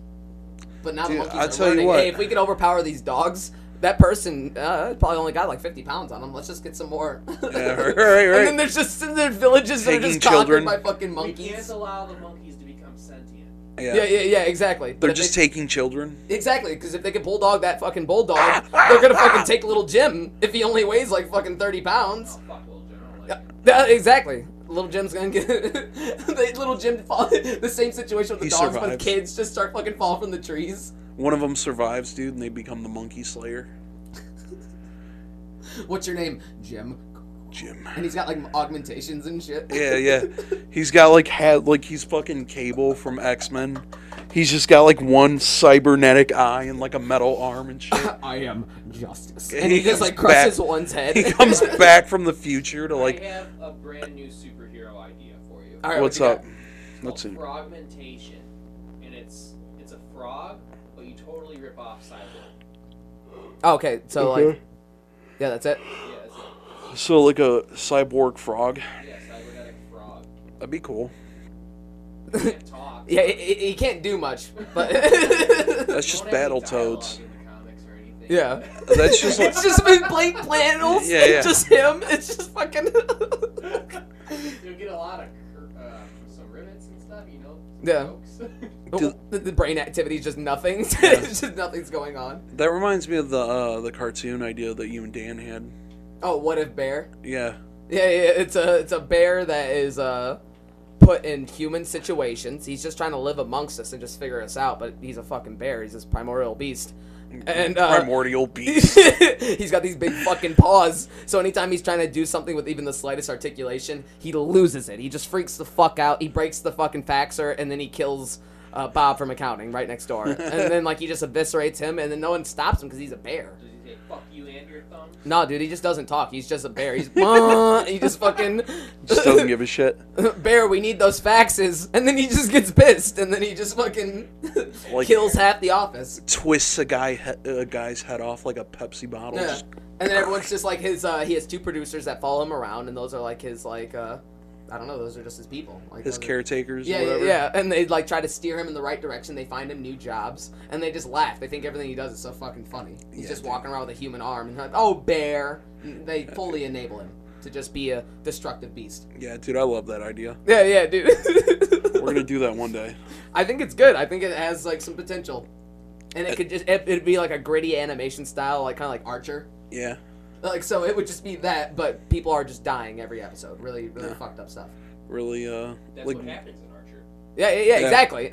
[SPEAKER 1] But now
[SPEAKER 2] Dude,
[SPEAKER 1] the monkeys
[SPEAKER 2] I'll
[SPEAKER 1] are
[SPEAKER 2] tell you
[SPEAKER 1] learning.
[SPEAKER 2] what.
[SPEAKER 1] Hey, if we can overpower these dogs, that person uh, probably only got like 50 pounds on them. Let's just get some more.
[SPEAKER 2] yeah, right, right,
[SPEAKER 1] And
[SPEAKER 2] right.
[SPEAKER 1] then there's just and their villages that are
[SPEAKER 2] Taking
[SPEAKER 1] just conquered
[SPEAKER 2] children.
[SPEAKER 1] by fucking
[SPEAKER 3] We can't
[SPEAKER 1] monkeys.
[SPEAKER 3] allow the monkeys to become sentient.
[SPEAKER 2] yeah.
[SPEAKER 1] Yeah, yeah, yeah, exactly. But
[SPEAKER 2] they're
[SPEAKER 1] if
[SPEAKER 2] just
[SPEAKER 1] they,
[SPEAKER 2] taking children
[SPEAKER 1] exactly because if they can bulldog that fucking bulldog, they're gonna fucking take little Jim if he only weighs like fucking 30 pounds.
[SPEAKER 3] Oh fuck, little general. Like,
[SPEAKER 1] Yeah, exactly. Little Jim's gonna get the little Jim fall the same situation with the
[SPEAKER 2] He
[SPEAKER 1] dogs, but
[SPEAKER 2] survives.
[SPEAKER 1] kids just start fucking falling from the trees.
[SPEAKER 2] one of them survives dude and they become the monkey slayer
[SPEAKER 1] What's your name, Jim?
[SPEAKER 2] jim
[SPEAKER 1] And he's got like augmentations and shit.
[SPEAKER 2] Yeah, yeah. He's got like hat like he's fucking Cable from X Men. He's just got like one cybernetic eye and like a metal arm and shit.
[SPEAKER 1] I am justice.
[SPEAKER 2] Yeah,
[SPEAKER 1] And
[SPEAKER 2] he
[SPEAKER 1] he, just
[SPEAKER 2] comes
[SPEAKER 1] like crushes
[SPEAKER 2] back.
[SPEAKER 1] one's head.
[SPEAKER 2] He comes back from the future to
[SPEAKER 3] I
[SPEAKER 2] like, Ah,
[SPEAKER 3] have a brand new superhero idea for you.
[SPEAKER 1] All right,
[SPEAKER 2] what's
[SPEAKER 1] what
[SPEAKER 2] up?
[SPEAKER 3] It's
[SPEAKER 2] Let's see.
[SPEAKER 3] called Frogmentation, and it's it's a frog, but you totally rip off Cyborg.
[SPEAKER 1] you got? Oh, okay, so like,
[SPEAKER 2] Mhm.
[SPEAKER 1] yeah, that's it.
[SPEAKER 3] Yeah, it's a
[SPEAKER 2] So like a cyborg frog.
[SPEAKER 3] yeah cybernetic frog.
[SPEAKER 2] That'd be cool.
[SPEAKER 3] Can't talk.
[SPEAKER 1] Yeah, he- he, he can't do much, but
[SPEAKER 2] That's
[SPEAKER 3] You
[SPEAKER 2] just
[SPEAKER 3] don't have any
[SPEAKER 2] battle toads.
[SPEAKER 3] dialogue in the comics or anything.
[SPEAKER 1] yeah.
[SPEAKER 2] That's just like
[SPEAKER 1] it's just been blank panels.
[SPEAKER 2] Yeah, yeah.
[SPEAKER 1] It's just him. It's just fucking.
[SPEAKER 3] You'll get a lot of cur- uh, some rivets and stuff, you know. some
[SPEAKER 1] Yeah.
[SPEAKER 3] Jokes.
[SPEAKER 2] Do-
[SPEAKER 1] the, the brain activity is just nothing. it's just nothing's going on.
[SPEAKER 2] that reminds me of the uh, the cartoon idea that you and Dan had.
[SPEAKER 1] Oh, what if bear?
[SPEAKER 2] Yeah.
[SPEAKER 1] Yeah, yeah, it's a it's a bear that is uh put in human situations. He's just trying to live amongst us and just figure us out, but he's a fucking bear. He's this primordial beast. And uh
[SPEAKER 2] Primordial beast.
[SPEAKER 1] he's got these big fucking paws. So anytime he's trying to do something with even the slightest articulation, he loses it. He just freaks the fuck out. He breaks the fucking faxer, and then he kills uh, Bob from accounting right next door. and then like he just eviscerates him, and then no one stops him because he's a bear.
[SPEAKER 3] Does he say "fuck you" and your thumb?
[SPEAKER 1] No, dude, he just doesn't talk. He's just a bear. He's "Wah," he just fucking
[SPEAKER 2] Just doesn't give a shit.
[SPEAKER 1] bear. We need those faxes, and then he just gets pissed, and then he just fucking
[SPEAKER 2] Like-
[SPEAKER 1] kills half the office.
[SPEAKER 2] Twists a guy he- a guy's head off like a Pepsi bottle.
[SPEAKER 1] Yeah.
[SPEAKER 2] Just-
[SPEAKER 1] And then everyone's just like his. Uh, he has two producers that follow him around, and those are like his like. Uh, I don't know. Those are just his people. Like
[SPEAKER 2] his
[SPEAKER 1] those are-
[SPEAKER 2] caretakers. or
[SPEAKER 1] Yeah, yeah,
[SPEAKER 2] whatever.
[SPEAKER 1] yeah. And they like try to steer him in the right direction. They find him new jobs, and they just laugh. They think everything he does is so fucking funny. He's
[SPEAKER 2] Yeah,
[SPEAKER 1] just
[SPEAKER 2] dude.
[SPEAKER 1] walking around with a human arm, and they're like, oh bear. And they fully enable him to just be a destructive beast.
[SPEAKER 2] Yeah, dude, I love that idea.
[SPEAKER 1] Yeah, yeah, dude.
[SPEAKER 2] We're gonna do that one day.
[SPEAKER 1] I think it's good. I think it has like some potential, and it could just it, it'd be like a gritty animation style, like kind of like Archer.
[SPEAKER 2] Yeah.
[SPEAKER 1] Like so, it would just be that, but people are just dying every episode. Really, really
[SPEAKER 2] Yeah.
[SPEAKER 1] fucked up stuff.
[SPEAKER 2] Really uh
[SPEAKER 3] That's
[SPEAKER 2] like
[SPEAKER 3] what happens in Archer.
[SPEAKER 1] Yeah, yeah, yeah,
[SPEAKER 2] Yeah.
[SPEAKER 1] exactly.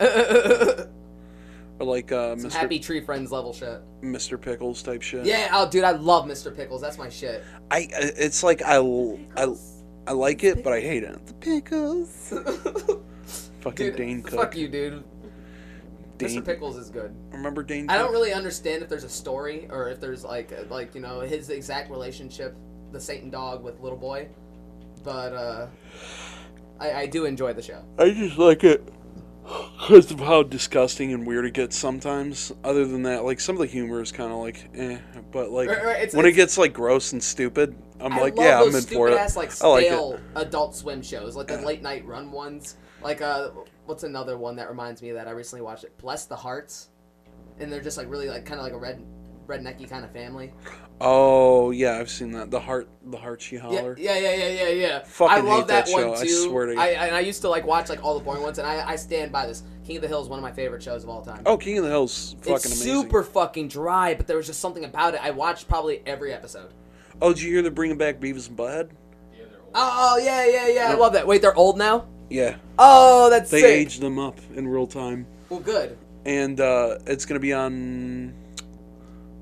[SPEAKER 2] or like uh
[SPEAKER 1] Some
[SPEAKER 2] Mr.
[SPEAKER 1] Happy Tree Friends level shit.
[SPEAKER 2] Mr. Pickles type shit.
[SPEAKER 1] Yeah, oh dude, I love Mr. Pickles. That's my shit.
[SPEAKER 2] I I- it's like I l- I, I like it but I hate it. The pickles. Fucking
[SPEAKER 1] Dude,
[SPEAKER 2] Dane Cook.
[SPEAKER 1] fuck you, dude.
[SPEAKER 2] Dane.
[SPEAKER 1] Mr. Pickles is good.
[SPEAKER 2] Remember Dane?
[SPEAKER 1] I don't
[SPEAKER 2] Cook?
[SPEAKER 1] really understand if there's a story or if there's like uh, like you know his exact relationship, the Satan dog with little boy, but uh, I, I do enjoy the show.
[SPEAKER 2] I just like it because of how disgusting and weird it gets sometimes. Other than that, like some of the humor is kind of like eh, but like
[SPEAKER 1] Right, right, it's-
[SPEAKER 2] when
[SPEAKER 1] it's-
[SPEAKER 2] it gets like gross and stupid, I'm
[SPEAKER 1] I
[SPEAKER 2] like,
[SPEAKER 1] love
[SPEAKER 2] yeah,
[SPEAKER 1] those
[SPEAKER 2] I'm in
[SPEAKER 1] stupid
[SPEAKER 2] for it.
[SPEAKER 1] Ass, like
[SPEAKER 2] I
[SPEAKER 1] stale
[SPEAKER 2] like it.
[SPEAKER 1] Adult Swim shows, like the late night run ones. Like uh, what's another one that reminds me of that I recently watched? It Bless the Hearts, and they're just like really like kind of like a red rednecky kind of family.
[SPEAKER 2] Oh yeah, I've seen that. The heart, the heart she holler.
[SPEAKER 1] Yeah, yeah, yeah, yeah, yeah, yeah.
[SPEAKER 2] Fucking
[SPEAKER 1] I love
[SPEAKER 2] hate that
[SPEAKER 1] one
[SPEAKER 2] show, I
[SPEAKER 1] too.
[SPEAKER 2] swear to you.
[SPEAKER 1] I, and I used to like watch like all the boring ones, and I, I stand by this. King of the Hill is one of my favorite shows of all time.
[SPEAKER 2] Oh, King of the Hill's fucking
[SPEAKER 1] it's
[SPEAKER 2] amazing.
[SPEAKER 1] super fucking dry, but there was just something about it. I watched probably every episode.
[SPEAKER 2] Oh, did you hear they're bringing back Beavis and Butthead?
[SPEAKER 3] Yeah, they're old.
[SPEAKER 1] Oh yeah, yeah, yeah. I love that. Wait, they're old now.
[SPEAKER 2] Yeah,
[SPEAKER 1] Oh, that's
[SPEAKER 2] they
[SPEAKER 1] sick.
[SPEAKER 2] aged them up in real time,
[SPEAKER 1] Well, good.
[SPEAKER 2] and uh, it's gonna be on.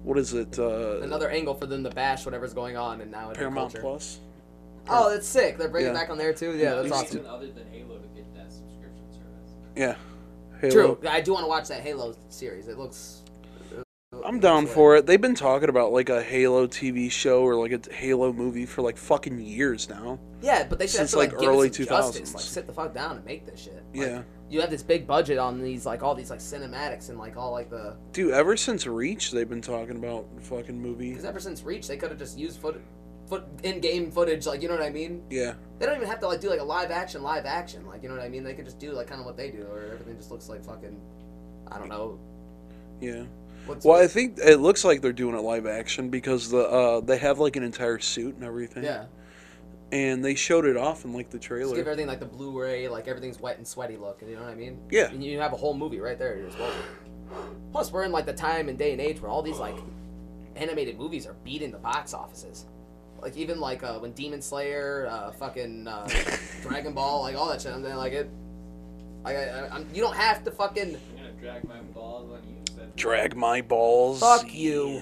[SPEAKER 2] What is it? Uh,
[SPEAKER 1] Another angle for them to bash whatever's going on and now in
[SPEAKER 2] Paramount
[SPEAKER 1] culture.
[SPEAKER 2] Plus.
[SPEAKER 1] Oh, that's sick. They're bringing
[SPEAKER 2] Yeah.
[SPEAKER 1] it back on there too. Yeah, that's
[SPEAKER 3] There's
[SPEAKER 1] awesome.
[SPEAKER 3] reason other than Halo to get that subscription service.
[SPEAKER 2] Yeah. Halo.
[SPEAKER 1] True. I do want to watch that Halo series. It looks.
[SPEAKER 2] I'm down for it. They've been talking about like a Halo TV show or like a Halo movie for like fucking years now.
[SPEAKER 1] Yeah, but they should
[SPEAKER 2] Since,
[SPEAKER 1] actually, like,
[SPEAKER 2] like,
[SPEAKER 1] give
[SPEAKER 2] early
[SPEAKER 1] it some justice.
[SPEAKER 2] 2000s.
[SPEAKER 1] Like, sit the fuck down and make this shit. Like,
[SPEAKER 2] Yeah.
[SPEAKER 1] You have this big budget on these, like, all these, like, cinematics and, like, all, like, the.
[SPEAKER 2] Dude, ever since Reach, they've been talking about fucking movie.
[SPEAKER 1] Because ever since Reach, they could have just used foot, foot in game footage. Like, you know what I mean?
[SPEAKER 2] Yeah.
[SPEAKER 1] They don't even have to, like, do, like, a live action, live action. Like, you know what I mean? They could just do, like, kind of what they do, or everything just looks like fucking. I don't know.
[SPEAKER 2] Yeah.
[SPEAKER 1] What's
[SPEAKER 2] Well, I think it looks like they're doing it live action because the uh they have like an entire suit and everything.
[SPEAKER 1] Yeah.
[SPEAKER 2] And they showed it off in like the
[SPEAKER 1] Just give
[SPEAKER 2] trailer.
[SPEAKER 1] everything, like, the Blu ray, like, everything's wet and sweaty look. You know what I mean?
[SPEAKER 2] Yeah.
[SPEAKER 1] And you have a whole movie right there as well. Plus, we're in like the time and day and age where all these like animated movies are beating the box offices. Like even like uh, when Demon Slayer, uh, fucking uh, Dragon Ball, like all that shit. I'm saying like it. Like, I, I, I'm, you don't have to fucking.
[SPEAKER 3] I'm gonna drag my balls on you. Said
[SPEAKER 2] Drag my balls.
[SPEAKER 1] Fuck you.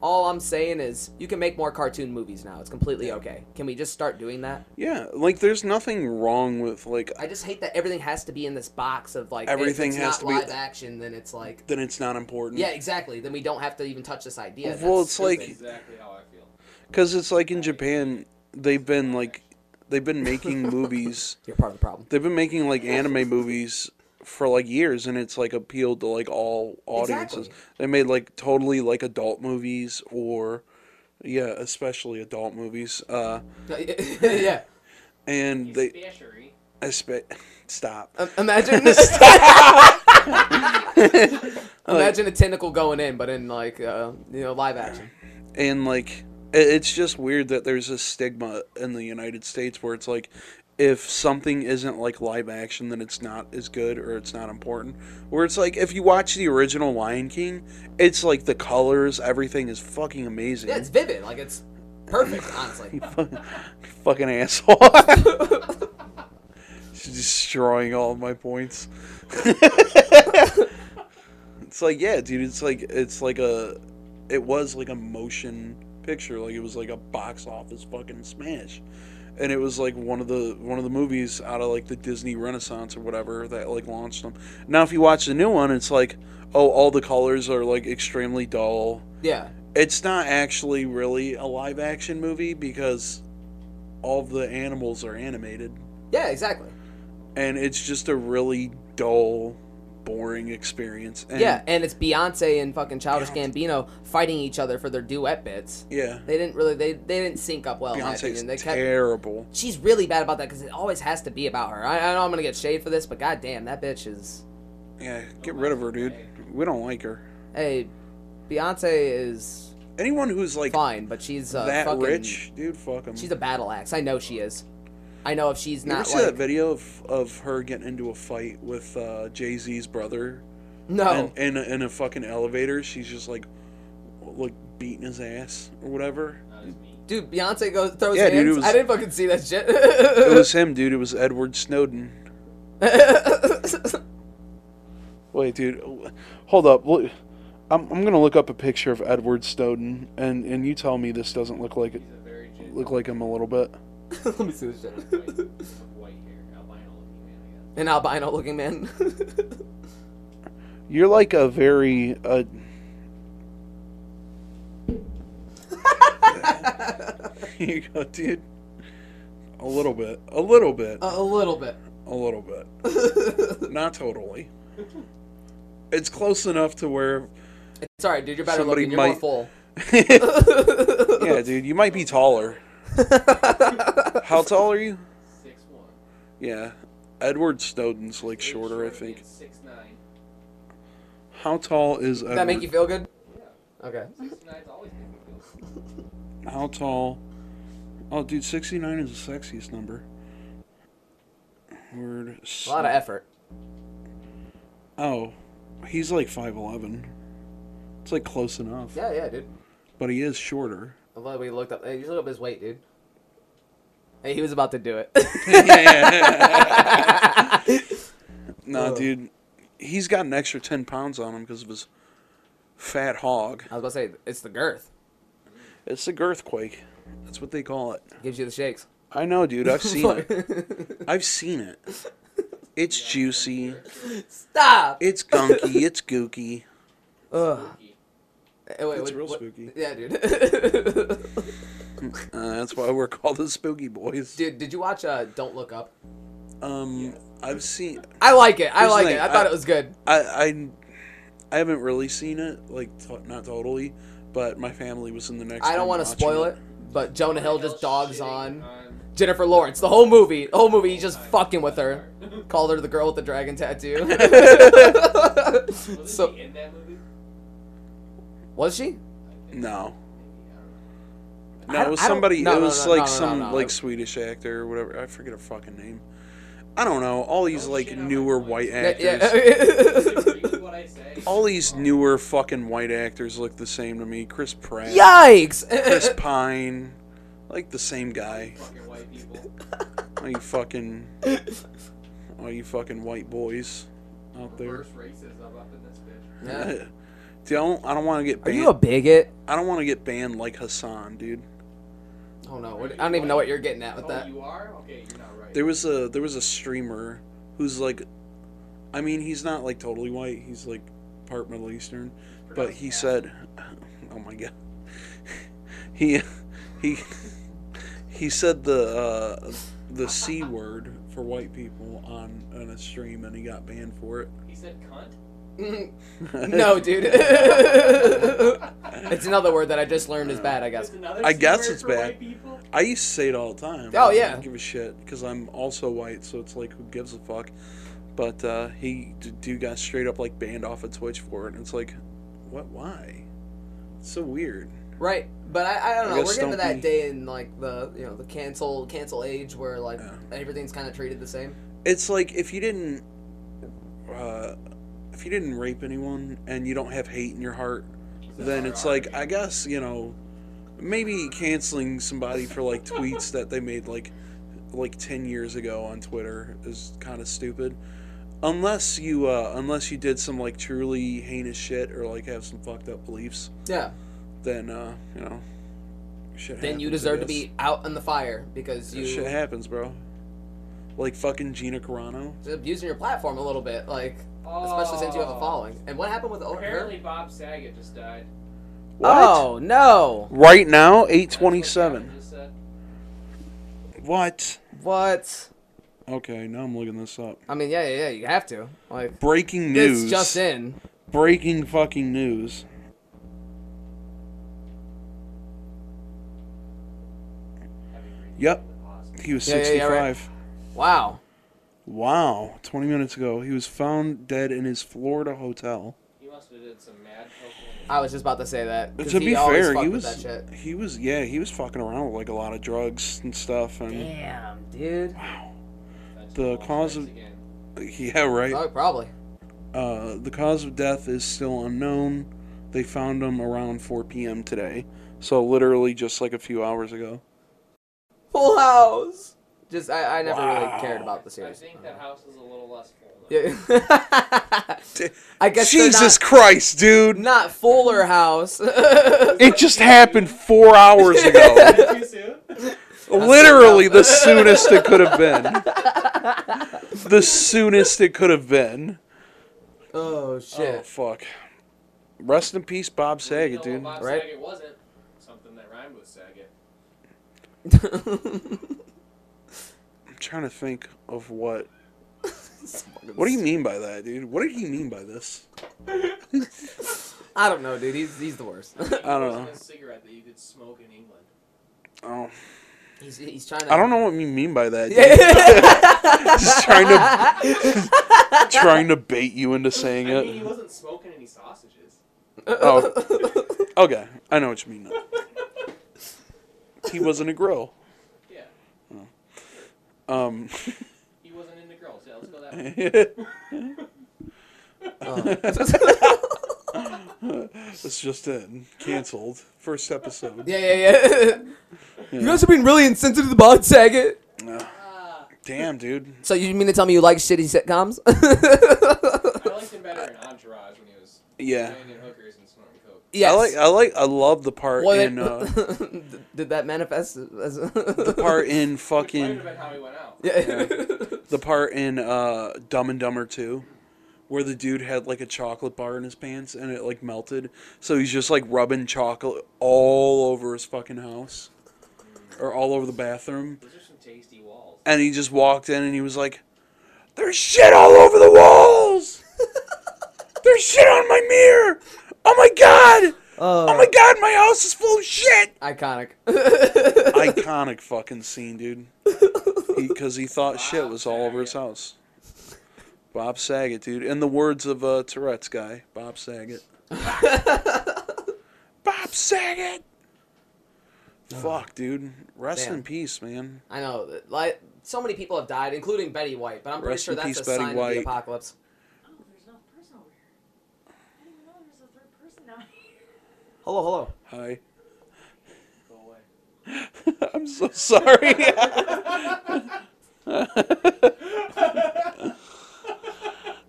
[SPEAKER 1] All I'm saying is you can make more cartoon movies now. It's completely okay. Can we just start doing that?
[SPEAKER 2] Yeah, like there's nothing wrong with like
[SPEAKER 1] I just hate that everything has to be in this box of like if
[SPEAKER 2] Everything
[SPEAKER 1] it's
[SPEAKER 2] has
[SPEAKER 1] not
[SPEAKER 2] to be-
[SPEAKER 1] live action. Then it's like
[SPEAKER 2] then it's not important.
[SPEAKER 1] yeah, exactly. Then we don't have to even touch this idea.
[SPEAKER 2] Well,
[SPEAKER 1] That's
[SPEAKER 2] it's like-
[SPEAKER 1] stupid.
[SPEAKER 3] exactly how I feel.
[SPEAKER 2] Because it's like in Japan, they've been like, they've been making movies.
[SPEAKER 1] you're part of the problem.
[SPEAKER 2] They've been making like anime movies for like years, and it's like appealed to like all audiences.
[SPEAKER 1] Exactly.
[SPEAKER 2] They made like totally like adult movies, or yeah, especially adult movies. Uh,
[SPEAKER 1] yeah.
[SPEAKER 2] and
[SPEAKER 3] They,
[SPEAKER 2] they, I spe- stop.
[SPEAKER 1] Imagine Imagine a tentacle going in, but in like uh, you know live action.
[SPEAKER 2] and like i- it's just weird that there's a stigma in the United States where it's like if something isn't like live action then it's not as good or it's not important where it's like if you watch the original Lion King it's like the colors everything is fucking amazing
[SPEAKER 1] Yeah, it's vivid. Like it's perfect, honestly.
[SPEAKER 2] fucking asshole She's destroying all of my points it's like yeah dude it's like it's like a it was like a motion picture like it was like a box office fucking smash and it was like one of the one of the movies out of like the Disney Renaissance or whatever that like launched them. Now if you watch the new one, it's like oh all the colors are like extremely dull.
[SPEAKER 1] Yeah.
[SPEAKER 2] It's not actually really a live action movie because all the animals are animated
[SPEAKER 1] Yeah, exactly.
[SPEAKER 2] and it's just a really dull boring experience. And,
[SPEAKER 1] yeah, and it's Beyonce and fucking Childish Gambino fighting each other for their duet bits.
[SPEAKER 2] Yeah.
[SPEAKER 1] They didn't really they they didn't sync up well. in my
[SPEAKER 2] Beyonce's
[SPEAKER 1] opinion. They kept
[SPEAKER 2] terrible.
[SPEAKER 1] she's really bad about that because it always has to be about her. I, I know I'm gonna get shade for this, but goddamn, that bitch is.
[SPEAKER 2] Yeah, get rid of her, dude. We don't like her.
[SPEAKER 1] Hey, Beyonce is
[SPEAKER 2] Anyone who's like
[SPEAKER 1] fine, but she's uh,
[SPEAKER 2] that
[SPEAKER 1] fucking,
[SPEAKER 2] rich, dude, fuck him.
[SPEAKER 1] She's a battle axe. I know she is. I know if she's
[SPEAKER 2] You ever
[SPEAKER 1] not
[SPEAKER 2] see
[SPEAKER 1] like
[SPEAKER 2] that video of, of her getting into a fight with uh, Jay Z's brother
[SPEAKER 1] no.
[SPEAKER 2] in, in, a, in a fucking elevator? She's just like, like beating his ass or whatever.
[SPEAKER 3] Not as me.
[SPEAKER 1] Dude, Beyonce goes throws
[SPEAKER 2] Yeah,
[SPEAKER 1] hands.
[SPEAKER 2] dude, it was-
[SPEAKER 1] I didn't fucking see that shit.
[SPEAKER 2] It was him, dude. It was Edward Snowden. Wait, dude, hold up. Look- I'm I'm gonna look up a picture of Edward Snowden, and, and you tell me this doesn't look like it
[SPEAKER 3] He's a very gentle
[SPEAKER 2] look like him a little bit.
[SPEAKER 1] Let me see this shit.
[SPEAKER 3] white, of white hair, albino looking man, I guess.
[SPEAKER 1] An albino looking man.
[SPEAKER 2] You're like a very uh Here you go, dude. A little bit. A little bit.
[SPEAKER 1] a, a little bit.
[SPEAKER 2] A little bit. Not totally. It's close enough to where
[SPEAKER 1] It's alright, dude. You're better
[SPEAKER 2] Somebody
[SPEAKER 1] looking. You're
[SPEAKER 2] might-
[SPEAKER 1] more full.
[SPEAKER 2] Yeah, dude, you might be taller. How tall are you?
[SPEAKER 3] Six one.
[SPEAKER 2] Yeah. Edward Snowden's like shorter, I think.
[SPEAKER 3] Six nine.
[SPEAKER 2] How tall is Edward?
[SPEAKER 1] That make you feel good?
[SPEAKER 3] Yeah.
[SPEAKER 1] Okay.
[SPEAKER 3] 69's always making me feel good.
[SPEAKER 2] How tall? Oh, dude, 69 is the sexiest number. Word.
[SPEAKER 1] A lot of effort.
[SPEAKER 2] Oh, he's like 5'11. It's like close enough.
[SPEAKER 1] Yeah, yeah, dude.
[SPEAKER 2] But he is shorter.
[SPEAKER 1] Although we looked up, hey, you look up his weight, dude. Hey, he was about to do it.
[SPEAKER 2] No,
[SPEAKER 1] Ugh.
[SPEAKER 2] dude, he's got an extra 10 pounds on him because of his fat hog.
[SPEAKER 1] I was about to say it's the girth
[SPEAKER 2] It's a girthquake. That's what they call it.
[SPEAKER 1] gives you the shakes.
[SPEAKER 2] I know, dude. I've seen it. I've seen it. It's juicy.
[SPEAKER 1] Stop.
[SPEAKER 2] It's gunky. It's gooky.
[SPEAKER 1] Ugh.
[SPEAKER 3] Spooky.
[SPEAKER 1] Eh, wait,
[SPEAKER 2] It's
[SPEAKER 1] what-
[SPEAKER 2] real
[SPEAKER 1] what-
[SPEAKER 2] spooky.
[SPEAKER 1] Yeah, dude.
[SPEAKER 2] Uh, that's why we're called the Spooky Boys.
[SPEAKER 1] dude, did you watch uh, Don't Look Up?
[SPEAKER 2] Um, I've seen.
[SPEAKER 1] I like it. I
[SPEAKER 2] Here's the
[SPEAKER 1] like
[SPEAKER 2] thing,
[SPEAKER 1] it. I thought
[SPEAKER 2] I-
[SPEAKER 1] it was good.
[SPEAKER 2] I I, I haven't really seen it. Like, to- not totally. But my family was in the next.
[SPEAKER 1] I don't
[SPEAKER 2] want to
[SPEAKER 1] spoil it, but Jonah Hill just
[SPEAKER 3] Hell's
[SPEAKER 1] dogs
[SPEAKER 3] shitting
[SPEAKER 1] on Jennifer Lawrence. The whole movie, the whole movie, he's just fucking with her. Called her the girl with the dragon tattoo.
[SPEAKER 3] Wasn't
[SPEAKER 1] so
[SPEAKER 3] he in that movie?
[SPEAKER 1] was she?
[SPEAKER 3] I think.
[SPEAKER 2] No.
[SPEAKER 3] Maybe, I don't know.
[SPEAKER 1] I
[SPEAKER 2] No,
[SPEAKER 1] don't- I don't-
[SPEAKER 2] it was somebody.
[SPEAKER 1] no,
[SPEAKER 2] it
[SPEAKER 1] no,
[SPEAKER 2] was
[SPEAKER 1] no,
[SPEAKER 2] like
[SPEAKER 1] no, no,
[SPEAKER 2] some
[SPEAKER 1] no, no.
[SPEAKER 2] like Swedish actor or whatever. I forget her fucking name. I don't know. All these
[SPEAKER 3] Oh,
[SPEAKER 2] like
[SPEAKER 3] shit, I like
[SPEAKER 2] newer
[SPEAKER 3] Swedish.
[SPEAKER 2] white
[SPEAKER 1] Yeah,
[SPEAKER 2] actors.
[SPEAKER 1] yeah.
[SPEAKER 3] Agree with what I say.
[SPEAKER 1] Oh.
[SPEAKER 2] All these newer fucking white actors look the same to me. Chris Pratt, Chris
[SPEAKER 1] Yikes!
[SPEAKER 2] Pine, like the same guy.
[SPEAKER 3] Fucking white people.
[SPEAKER 2] All you fucking, all you fucking white boys out there.
[SPEAKER 3] Reverse racism up in this bitch.
[SPEAKER 1] Yeah.
[SPEAKER 2] Don't I don't want to get
[SPEAKER 1] Are
[SPEAKER 2] banned.
[SPEAKER 1] you a bigot?
[SPEAKER 2] I don't want to get banned like Hassan, dude.
[SPEAKER 1] Oh no, what, I don't even know what you're getting at with
[SPEAKER 3] oh,
[SPEAKER 1] that.
[SPEAKER 3] you are? Okay, you're not right.
[SPEAKER 2] There was a there was a streamer who's like, I mean he's not like totally white. He's like part Middle Eastern, but he said, oh my god, he he he said the uh, the c word for white people on on a stream and he got banned for it.
[SPEAKER 3] He said cunt.
[SPEAKER 1] Mm, no, dude. it's another word that I just learned is bad, I guess.
[SPEAKER 3] That's another
[SPEAKER 2] I
[SPEAKER 3] C
[SPEAKER 2] guess
[SPEAKER 3] word
[SPEAKER 2] it's
[SPEAKER 3] for
[SPEAKER 2] bad.
[SPEAKER 3] white people?
[SPEAKER 2] I used to say it all the time.
[SPEAKER 1] Oh,
[SPEAKER 2] I
[SPEAKER 1] yeah.
[SPEAKER 2] don't give a shit because I'm also white, so it's like who gives a fuck. But uh, he d- dude got straight up like banned off of Twitch for it, and it's like, what? Why? It's so weird.
[SPEAKER 1] Right, but I, I don't
[SPEAKER 2] I
[SPEAKER 1] know.
[SPEAKER 2] guess
[SPEAKER 1] We're getting to
[SPEAKER 2] don't
[SPEAKER 1] that
[SPEAKER 2] be-
[SPEAKER 1] day in like the you know the cancel cancel age where like
[SPEAKER 2] Yeah.
[SPEAKER 1] everything's kind of treated the same.
[SPEAKER 2] It's like if you didn't, uh, if you didn't rape anyone and you don't have hate in your heart, then it's like I guess you know, maybe canceling somebody for like tweets that they made like like ten years ago on Twitter is kind of stupid. Unless you uh, unless you did some like truly heinous shit or like have some fucked up beliefs,
[SPEAKER 1] Yeah.
[SPEAKER 2] then uh, you know, shit.
[SPEAKER 1] Then you
[SPEAKER 2] happens, I
[SPEAKER 1] deserve to
[SPEAKER 2] guess.
[SPEAKER 1] be out in the fire because you
[SPEAKER 2] Shit happens, bro. Like fucking Gina Carano.
[SPEAKER 1] just abusing your platform a little bit, like especially since you have a following. And what happened with oh, her?
[SPEAKER 3] Oh. Apparently, Bob Saget just died.
[SPEAKER 1] Oh no!
[SPEAKER 2] Right now, eight
[SPEAKER 3] That's what Gavin
[SPEAKER 2] twenty-seven.
[SPEAKER 3] just said.
[SPEAKER 2] What?
[SPEAKER 1] What?
[SPEAKER 2] Okay, now I'm looking this up.
[SPEAKER 1] I mean, yeah, yeah, yeah. You have to like.
[SPEAKER 2] Breaking news.
[SPEAKER 1] This just in.
[SPEAKER 2] breaking fucking news. Yep. He was
[SPEAKER 1] Yeah, yeah,
[SPEAKER 2] 65.
[SPEAKER 1] yeah, right. Wow.
[SPEAKER 2] Wow. 20 minutes ago, he was found dead in his Florida hotel.
[SPEAKER 3] He must have did some mad
[SPEAKER 1] I was just about to say that. 'cause
[SPEAKER 2] to
[SPEAKER 1] he
[SPEAKER 2] be
[SPEAKER 1] always
[SPEAKER 2] fair,
[SPEAKER 1] fucked
[SPEAKER 2] he
[SPEAKER 1] with
[SPEAKER 2] was
[SPEAKER 1] that shit.
[SPEAKER 2] he was yeah, he was fucking around with like a lot of drugs and stuff and
[SPEAKER 1] Damn, dude.
[SPEAKER 3] poking.
[SPEAKER 2] The cause of-
[SPEAKER 3] Again.
[SPEAKER 2] yeah, right.
[SPEAKER 1] Oh, probably.
[SPEAKER 2] Uh the cause of death is still unknown. They found him around 4 p.m. today. So literally just like a few hours ago.
[SPEAKER 1] Full House. Just I, I never
[SPEAKER 2] Wow.
[SPEAKER 1] really cared about the
[SPEAKER 3] I
[SPEAKER 1] series.
[SPEAKER 3] think that house is a little less full. though.
[SPEAKER 1] Yeah. I guess they're
[SPEAKER 2] Jesus Christ, dude.
[SPEAKER 1] not, not Fuller House. Oh,
[SPEAKER 2] It just happened 4 hours ago.
[SPEAKER 3] Too soon?
[SPEAKER 2] Literally the soonest it could have been. The soonest it could have been.
[SPEAKER 1] oh
[SPEAKER 2] Oh
[SPEAKER 1] shit.
[SPEAKER 2] fuck. Rest in peace, Bob
[SPEAKER 3] You know
[SPEAKER 2] Saget,
[SPEAKER 3] what
[SPEAKER 2] dude.
[SPEAKER 3] Bob
[SPEAKER 1] Right?
[SPEAKER 3] Saget wasn't something that rhymed with Saget.
[SPEAKER 1] Oh.
[SPEAKER 2] I'm trying to think of what. What do you mean by that, dude? What did he mean by this?
[SPEAKER 1] I don't know, dude. He's he's the worst.
[SPEAKER 2] I don't
[SPEAKER 3] It
[SPEAKER 2] know.
[SPEAKER 3] wasn't a cigarette that you could smoke in England.
[SPEAKER 2] Oh,
[SPEAKER 1] he's he's trying to.
[SPEAKER 2] I don't know what you mean by that. Dude.
[SPEAKER 1] know.
[SPEAKER 2] Just trying to trying to bait you into saying
[SPEAKER 3] I mean, he
[SPEAKER 2] it.
[SPEAKER 3] wasn't smoking any sausages.
[SPEAKER 2] Oh, Okay, I know what you mean. Now. he wasn't a girl.
[SPEAKER 3] Yeah.
[SPEAKER 2] Um,
[SPEAKER 3] He wasn't into girls. Yeah, let's go that way.
[SPEAKER 1] Oh.
[SPEAKER 2] that's just it. Cancelled. First episode.
[SPEAKER 1] Yeah, yeah, yeah. you guys have been really insensitive about Saget.
[SPEAKER 3] Ah,
[SPEAKER 2] Damn, dude.
[SPEAKER 1] So you mean to tell me you like shitty sitcoms?
[SPEAKER 3] I liked him better in Entourage when he was
[SPEAKER 2] Yeah.
[SPEAKER 3] banging hookers and snorting coke.
[SPEAKER 1] yes.
[SPEAKER 2] I like. I like. I love the part
[SPEAKER 1] Well,
[SPEAKER 2] in
[SPEAKER 1] that-
[SPEAKER 2] uh,
[SPEAKER 1] did that manifest as
[SPEAKER 2] the part in
[SPEAKER 3] Which might
[SPEAKER 2] fucking
[SPEAKER 3] have been how he went out.
[SPEAKER 1] Yeah.
[SPEAKER 2] the part in uh, Dumb and Dumber Two, where the dude had like a chocolate bar in his pants and it like melted, so he's just like rubbing chocolate all over his fucking house, or all over the bathroom,
[SPEAKER 3] Those are some tasty walls.
[SPEAKER 2] and he just walked in and he was like, "There's shit all over the walls. There's shit on my mirror. Oh my god."
[SPEAKER 1] Uh,
[SPEAKER 2] Oh my god, my house is full of shit!
[SPEAKER 1] Iconic.
[SPEAKER 2] Iconic fucking scene, dude. Because he, thought shit was all over his
[SPEAKER 3] Saget.
[SPEAKER 2] house. Bob Saget, dude. In the words of uh, Tourette's guy, Bob Saget. Bob Saget! Fuck, dude. Rest
[SPEAKER 1] Damn.
[SPEAKER 2] in peace, man.
[SPEAKER 1] I know. Like so many people have died, including Betty White. But I'm pretty
[SPEAKER 2] Rest
[SPEAKER 1] sure
[SPEAKER 2] in
[SPEAKER 1] that's
[SPEAKER 2] peace,
[SPEAKER 1] a
[SPEAKER 2] Betty
[SPEAKER 1] sign of
[SPEAKER 2] White.
[SPEAKER 1] the apocalypse.
[SPEAKER 5] Oh, there's another person over here. I didn't even know there was a third person down here.
[SPEAKER 1] Hello, hello.
[SPEAKER 2] Hi.
[SPEAKER 3] Go away.
[SPEAKER 2] I'm so sorry.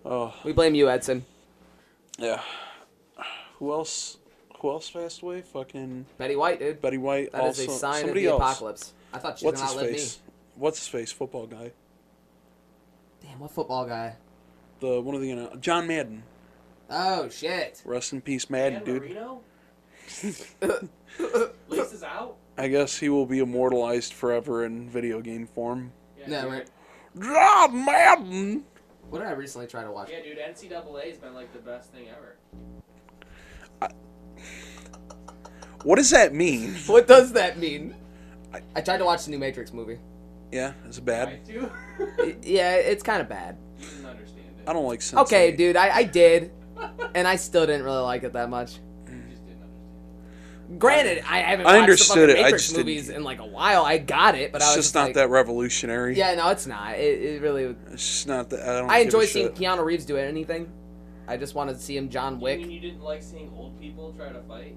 [SPEAKER 2] oh,
[SPEAKER 1] We blame you, Edson.
[SPEAKER 2] yeah. Who else? Who else passed away? Fucking
[SPEAKER 1] Betty White, dude.
[SPEAKER 2] Betty White.
[SPEAKER 1] That is
[SPEAKER 2] also,
[SPEAKER 1] a sign of
[SPEAKER 2] somebody
[SPEAKER 1] the
[SPEAKER 2] else.
[SPEAKER 1] apocalypse. I thought she was
[SPEAKER 2] What's
[SPEAKER 1] gonna
[SPEAKER 2] his
[SPEAKER 1] outlive
[SPEAKER 2] face? What's his face? Football guy.
[SPEAKER 1] me. Damn, what football guy?
[SPEAKER 2] The one of the uh, John Madden.
[SPEAKER 1] Oh shit.
[SPEAKER 2] Rest in peace, Madden,
[SPEAKER 3] Dan
[SPEAKER 2] dude.
[SPEAKER 3] Marino?
[SPEAKER 1] That's
[SPEAKER 3] Lace is out?
[SPEAKER 2] I guess he will be immortalized forever in video game form.
[SPEAKER 3] Yeah,
[SPEAKER 1] No,
[SPEAKER 3] dude.
[SPEAKER 1] right.
[SPEAKER 2] John Madden.
[SPEAKER 1] What did I recently try to watch?
[SPEAKER 3] Yeah, dude, NCAA's been like the best thing ever.
[SPEAKER 2] What does that mean?
[SPEAKER 1] What does that mean? I, tried to watch the new Matrix movie.
[SPEAKER 2] Yeah, it's bad.
[SPEAKER 3] Right, too?
[SPEAKER 1] Y- Yeah, it's kind of bad.
[SPEAKER 3] you didn't understand it.
[SPEAKER 2] I don't like. Sensei.
[SPEAKER 1] Okay, dude, I, I did, and I still didn't really like it that much.
[SPEAKER 3] You just didn't understand
[SPEAKER 1] Granted, I haven't
[SPEAKER 2] I
[SPEAKER 1] watched
[SPEAKER 2] understood
[SPEAKER 1] the
[SPEAKER 2] it,
[SPEAKER 1] fucking
[SPEAKER 2] I
[SPEAKER 1] Matrix
[SPEAKER 2] just didn't-
[SPEAKER 1] movies in like a while. I got it, but I
[SPEAKER 2] It's
[SPEAKER 1] was
[SPEAKER 2] just not
[SPEAKER 1] like-
[SPEAKER 2] that revolutionary.
[SPEAKER 1] Yeah, no, it's not. It, it really.
[SPEAKER 2] It's just not that. I don't.
[SPEAKER 1] I
[SPEAKER 2] give a
[SPEAKER 1] enjoy seeing
[SPEAKER 2] shit.
[SPEAKER 1] Keanu Reeves do anything. I just wanted to see him John
[SPEAKER 3] it. You
[SPEAKER 1] Wick.
[SPEAKER 3] mean you didn't like seeing old people try to fight?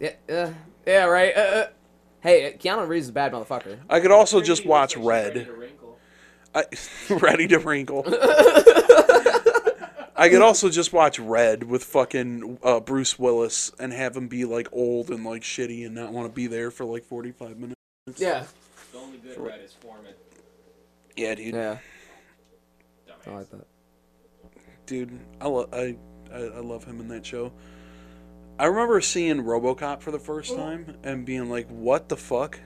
[SPEAKER 1] Yeah, uh, yeah, right. Uh, uh. Hey, Keanu Reeves is a bad motherfucker.
[SPEAKER 2] I could also
[SPEAKER 3] Pretty
[SPEAKER 2] just
[SPEAKER 3] looks
[SPEAKER 2] watch
[SPEAKER 3] like she's ready
[SPEAKER 2] Red.
[SPEAKER 3] to wrinkle.
[SPEAKER 2] I, ready to wrinkle. I could also just watch Red with fucking uh, Bruce Willis and have him be like old and like shitty and not want to be there for like 45 minutes.
[SPEAKER 1] Yeah.
[SPEAKER 3] The only good Red is Foreman.
[SPEAKER 2] Yeah, dude.
[SPEAKER 1] Yeah, I
[SPEAKER 3] Dumbass.
[SPEAKER 1] like that.
[SPEAKER 2] Dude, I, lo- I, I, I love him in that show. I remember seeing Robocop for the first time and being like, what the fuck? Is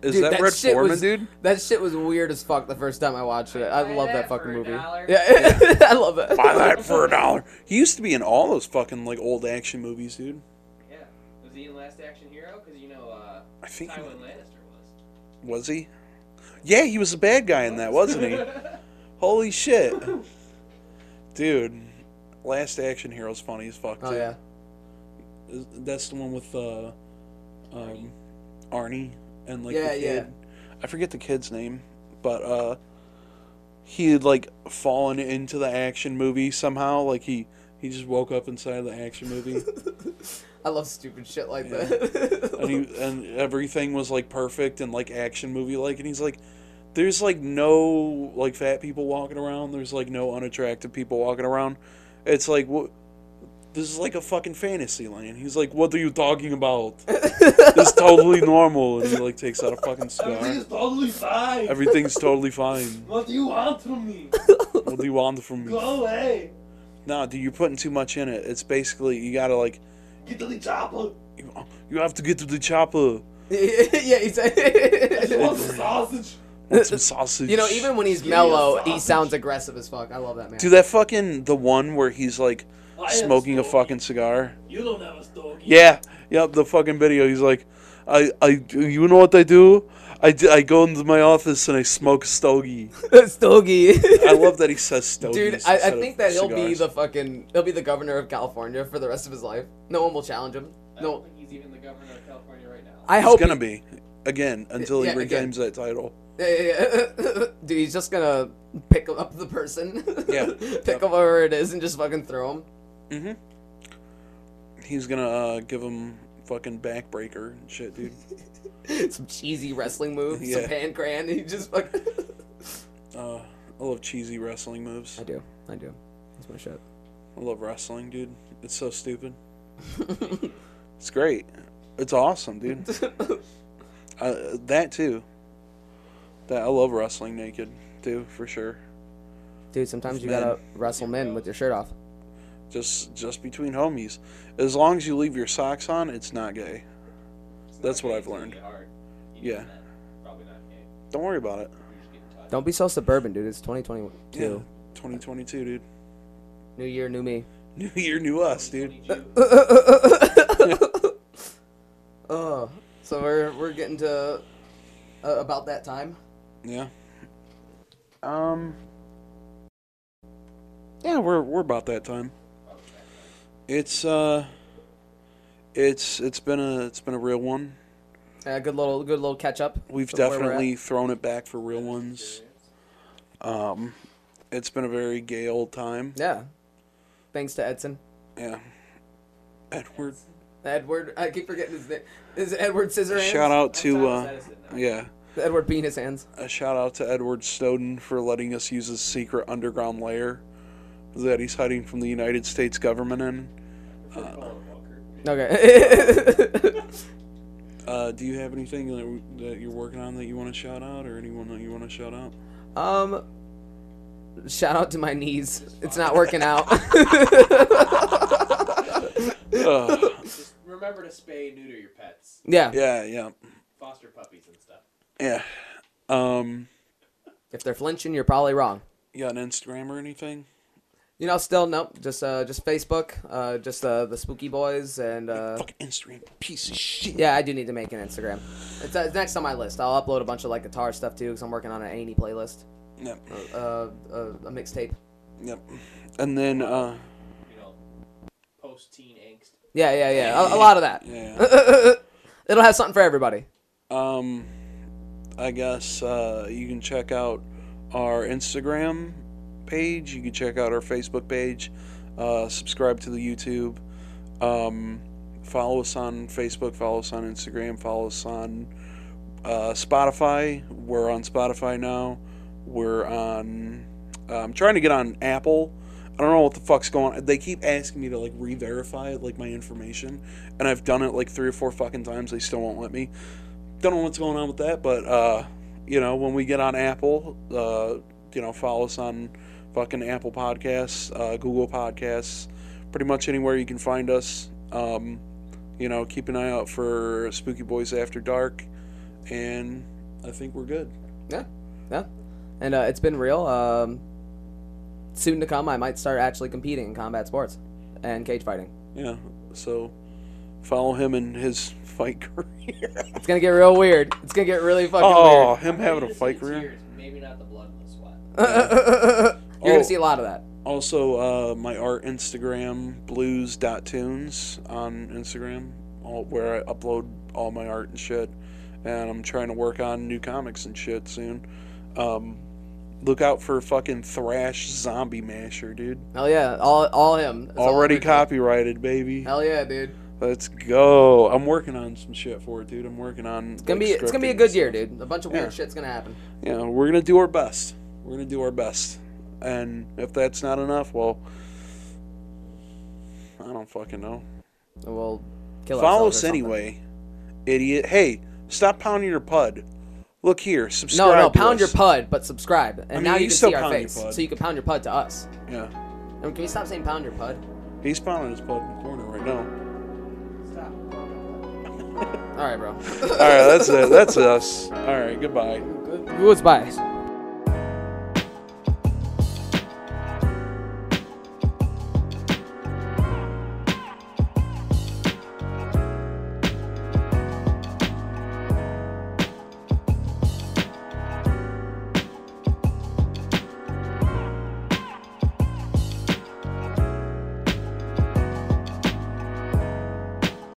[SPEAKER 1] Oh. Dude,
[SPEAKER 2] that, Red
[SPEAKER 1] shit
[SPEAKER 2] Foreman,
[SPEAKER 1] was,
[SPEAKER 2] dude?
[SPEAKER 1] That shit was weird as fuck the first time I watched it. I
[SPEAKER 3] Buy
[SPEAKER 1] love that
[SPEAKER 3] that
[SPEAKER 1] fucking
[SPEAKER 3] for a
[SPEAKER 1] movie.
[SPEAKER 3] dollar.
[SPEAKER 1] Yeah, I love it.
[SPEAKER 2] Buy that for a dollar. He used to be in all those fucking like old action movies, dude.
[SPEAKER 3] Yeah. Was he in Last Action Hero? Because you know, uh,
[SPEAKER 2] I think he
[SPEAKER 3] Tywin Lannister was.
[SPEAKER 2] Was he? Yeah, he was a bad guy in that, wasn't he? Holy shit. Dude, Last Action Hero's funny as fuck,
[SPEAKER 1] Oh
[SPEAKER 2] too.
[SPEAKER 1] yeah.
[SPEAKER 2] Is- That's the one with uh, um, Arnie and like
[SPEAKER 1] Yeah,
[SPEAKER 2] the
[SPEAKER 1] yeah.
[SPEAKER 2] kid. I forget the kid's name, but uh, he had like fallen into the action movie somehow. Like he he just woke up inside the action movie,
[SPEAKER 1] I love stupid shit like
[SPEAKER 2] Yeah.
[SPEAKER 1] that.
[SPEAKER 2] and he and everything was like perfect and like action movie like, and he's like. There's like no like fat people walking around. There's like no unattractive people walking around. It's like what this is like a fucking fantasy land. He's like, what are you talking about? It's totally normal. And he like takes out a fucking cigar.
[SPEAKER 3] totally fine.
[SPEAKER 2] Everything's totally fine.
[SPEAKER 3] What do you want from me?
[SPEAKER 2] What do you want from me?
[SPEAKER 3] away.
[SPEAKER 2] Nah, dude, you're putting too much in it. It's basically you gotta like,
[SPEAKER 3] Get to the chopper.
[SPEAKER 2] you, you have to get to the chopper.
[SPEAKER 1] yeah, he's.
[SPEAKER 3] sausage.
[SPEAKER 2] Want some sausage?
[SPEAKER 1] you know, even when he's
[SPEAKER 3] me a
[SPEAKER 1] mellow, he
[SPEAKER 3] sausage.
[SPEAKER 1] sounds aggressive as fuck. I love that man.
[SPEAKER 2] do that fucking the one where he's like smoking a fucking cigar.
[SPEAKER 3] You don't have a stogie.
[SPEAKER 2] Yeah, yep, the fucking video. He's like, I, I, you know what I do? I, d- I go into my office and I smoke a stogie.
[SPEAKER 1] Stogie.
[SPEAKER 2] I love that he says
[SPEAKER 1] Dude,
[SPEAKER 2] stogies.
[SPEAKER 1] I, I
[SPEAKER 2] instead of
[SPEAKER 1] think that he'll be
[SPEAKER 2] cigars.
[SPEAKER 1] the fucking he'll be the governor of California for the rest of his life. No one will challenge him.
[SPEAKER 3] I
[SPEAKER 1] No.
[SPEAKER 3] don't think he's even the governor of California right now.
[SPEAKER 1] I
[SPEAKER 2] It's
[SPEAKER 1] hope
[SPEAKER 2] gonna be again until
[SPEAKER 1] Yeah,
[SPEAKER 2] he
[SPEAKER 1] again.
[SPEAKER 2] regains that title.
[SPEAKER 1] Dude, he's just gonna pick up the person.
[SPEAKER 2] Yeah.
[SPEAKER 1] pick
[SPEAKER 2] Yep.
[SPEAKER 1] up whoever it is and just fucking throw him.
[SPEAKER 2] hmm He's gonna uh, give him fucking backbreaker and shit, dude.
[SPEAKER 1] Some cheesy wrestling move,
[SPEAKER 2] Yeah.
[SPEAKER 1] some pan cran, and he just fucking.
[SPEAKER 2] Uh, I love cheesy wrestling moves.
[SPEAKER 1] I do. I do. That's my shit.
[SPEAKER 2] I love wrestling, dude. It's so stupid. It's great. It's awesome, dude. uh, that too. That I love wrestling naked too, for sure.
[SPEAKER 1] Dude, sometimes you
[SPEAKER 2] Men.
[SPEAKER 1] gotta wrestle men with your shirt off.
[SPEAKER 2] Just just between homies. As long as you leave your socks on, it's not gay.
[SPEAKER 3] It's
[SPEAKER 2] that's
[SPEAKER 3] not
[SPEAKER 2] what
[SPEAKER 3] gay,
[SPEAKER 2] I've
[SPEAKER 3] it's gonna
[SPEAKER 2] learned.
[SPEAKER 3] be hard. Even
[SPEAKER 2] Yeah.
[SPEAKER 3] then, Probably not gay.
[SPEAKER 2] Don't worry about it.
[SPEAKER 3] You just get in touch.
[SPEAKER 1] Don't be so suburban, dude. It's 2022.
[SPEAKER 2] Yeah. 2022, dude.
[SPEAKER 1] New year, new me.
[SPEAKER 2] New year, new us, dude.
[SPEAKER 3] 2022.
[SPEAKER 1] oh, so we're we're getting to uh, about that time.
[SPEAKER 2] Yeah. Um. Yeah, we're we're about that time. It's uh. It's it's been a it's been a real one.
[SPEAKER 1] Uh, good little good little catch up.
[SPEAKER 2] We've
[SPEAKER 1] of where we're at.
[SPEAKER 2] definitely thrown it back for real ones. Um, it's been a very gay old time.
[SPEAKER 1] yeah. Thanks to Edson.
[SPEAKER 2] Yeah. Edward.
[SPEAKER 1] Edward, I keep forgetting his name. Is it Edward Scissorhands?
[SPEAKER 2] Shout out to
[SPEAKER 3] Thomas
[SPEAKER 2] uh,
[SPEAKER 3] Edison now.
[SPEAKER 2] yeah.
[SPEAKER 1] Edward Penis Hands.
[SPEAKER 2] A shout out to Edward Snowden for letting us use his secret underground lair that he's hiding from the United States government in.
[SPEAKER 3] Prefer Colin Walker.
[SPEAKER 1] Okay.
[SPEAKER 2] Uh, do you have anything that, that you're working on that you want to shout out, or anyone that you want to shout out?
[SPEAKER 1] um, shout out to my knees. It's not working out.
[SPEAKER 2] Ugh.
[SPEAKER 3] Just remember to spay and neuter your pets,
[SPEAKER 1] yeah,
[SPEAKER 2] yeah, yeah,
[SPEAKER 3] foster puppies and stuff.
[SPEAKER 2] yeah. Um,
[SPEAKER 1] If they're flinching, you're probably wrong.
[SPEAKER 2] you got an Instagram or anything?
[SPEAKER 1] You know, still nope. Just uh, just Facebook. Uh, just uh, the Spooky Boys and uh,
[SPEAKER 2] Fucking Instagram, piece of shit.
[SPEAKER 1] yeah, I do need to make an Instagram. It's, uh, it's next on my list. I'll upload a bunch of like guitar stuff too, because I'm working on an Amy playlist,
[SPEAKER 2] Yep,
[SPEAKER 1] uh, uh, a mixtape.
[SPEAKER 2] yep. And then, uh,
[SPEAKER 3] You know, post-teen angst.
[SPEAKER 1] Yeah, yeah, yeah. A, a lot of that.
[SPEAKER 2] yeah.
[SPEAKER 1] It'll have something for everybody.
[SPEAKER 2] um, I guess uh, you can check out our Instagram page. You can check out our Facebook page. Uh, subscribe to the YouTube. Um, follow us on Facebook. Follow us on Instagram. Follow us on uh, Spotify. We're on Spotify now. We're on. uh, I'm trying to get on Apple. I don't know what the fuck's going on. They keep asking me to like re-verify like my information, and I've done it like three or four fucking times. They still won't let me. Don't know what's going on with that, but uh, you know, when we get on Apple, uh, you know, follow us on fucking Apple Podcasts, uh, Google Podcasts, pretty much anywhere you can find us. Um, you know, keep an eye out for Spooky Boys After Dark, and I think we're good.
[SPEAKER 1] Yeah, yeah. And uh, it's been real. Um, soon to come, I might start actually competing in combat sports and cage fighting.
[SPEAKER 2] Yeah, so follow him in his fight career.
[SPEAKER 1] It's gonna get real weird. It's gonna get really fucking
[SPEAKER 2] Oh,
[SPEAKER 1] oh.
[SPEAKER 2] him
[SPEAKER 3] I'm
[SPEAKER 2] having
[SPEAKER 3] ready
[SPEAKER 2] a
[SPEAKER 3] to
[SPEAKER 2] fight
[SPEAKER 3] see
[SPEAKER 2] career.
[SPEAKER 3] tears, Maybe not the blood and the sweat.
[SPEAKER 1] weird. You're
[SPEAKER 2] Oh.
[SPEAKER 1] gonna see a lot of that.
[SPEAKER 2] Also, uh, my art Instagram, blues.tunes on Instagram, all, where I upload all my art and shit. And I'm trying to work on new comics and shit soon. Um, look out for fucking Thrash Zombie Masher, dude.
[SPEAKER 1] Hell yeah, all all him. It's all
[SPEAKER 2] Already
[SPEAKER 1] original.
[SPEAKER 2] copyrighted, baby.
[SPEAKER 1] Hell yeah, dude.
[SPEAKER 2] Let's go. I'm working on some shit for it, dude. I'm working on.
[SPEAKER 1] It's gonna be it's gonna be a good year, dude. A bunch of weird
[SPEAKER 2] Yeah.
[SPEAKER 1] shit's gonna happen.
[SPEAKER 2] you know, we're gonna do our best. We're gonna do our best, and if that's not enough, well, I don't fucking know.
[SPEAKER 1] And We'll kill
[SPEAKER 2] Follow
[SPEAKER 1] ourselves
[SPEAKER 2] us
[SPEAKER 1] or something.
[SPEAKER 2] anyway, idiot. Hey, stop pounding your pud. Look here,
[SPEAKER 1] No,
[SPEAKER 2] subscribe.
[SPEAKER 1] no,
[SPEAKER 2] to
[SPEAKER 1] pound your
[SPEAKER 2] us.
[SPEAKER 1] pud, but subscribe, and
[SPEAKER 2] mean,
[SPEAKER 1] now you,
[SPEAKER 2] you can
[SPEAKER 1] can
[SPEAKER 2] still
[SPEAKER 1] see our
[SPEAKER 2] pound your
[SPEAKER 1] face,
[SPEAKER 2] pud.
[SPEAKER 1] so you can pound your pud to us.
[SPEAKER 2] Yeah,
[SPEAKER 1] I mean, can we stop saying pound your pud?
[SPEAKER 2] he's pounding his pud in the corner right now.
[SPEAKER 3] Stop.
[SPEAKER 1] All right, bro.
[SPEAKER 2] All right, that's it. That's us. All right, goodbye.
[SPEAKER 1] Goodbye.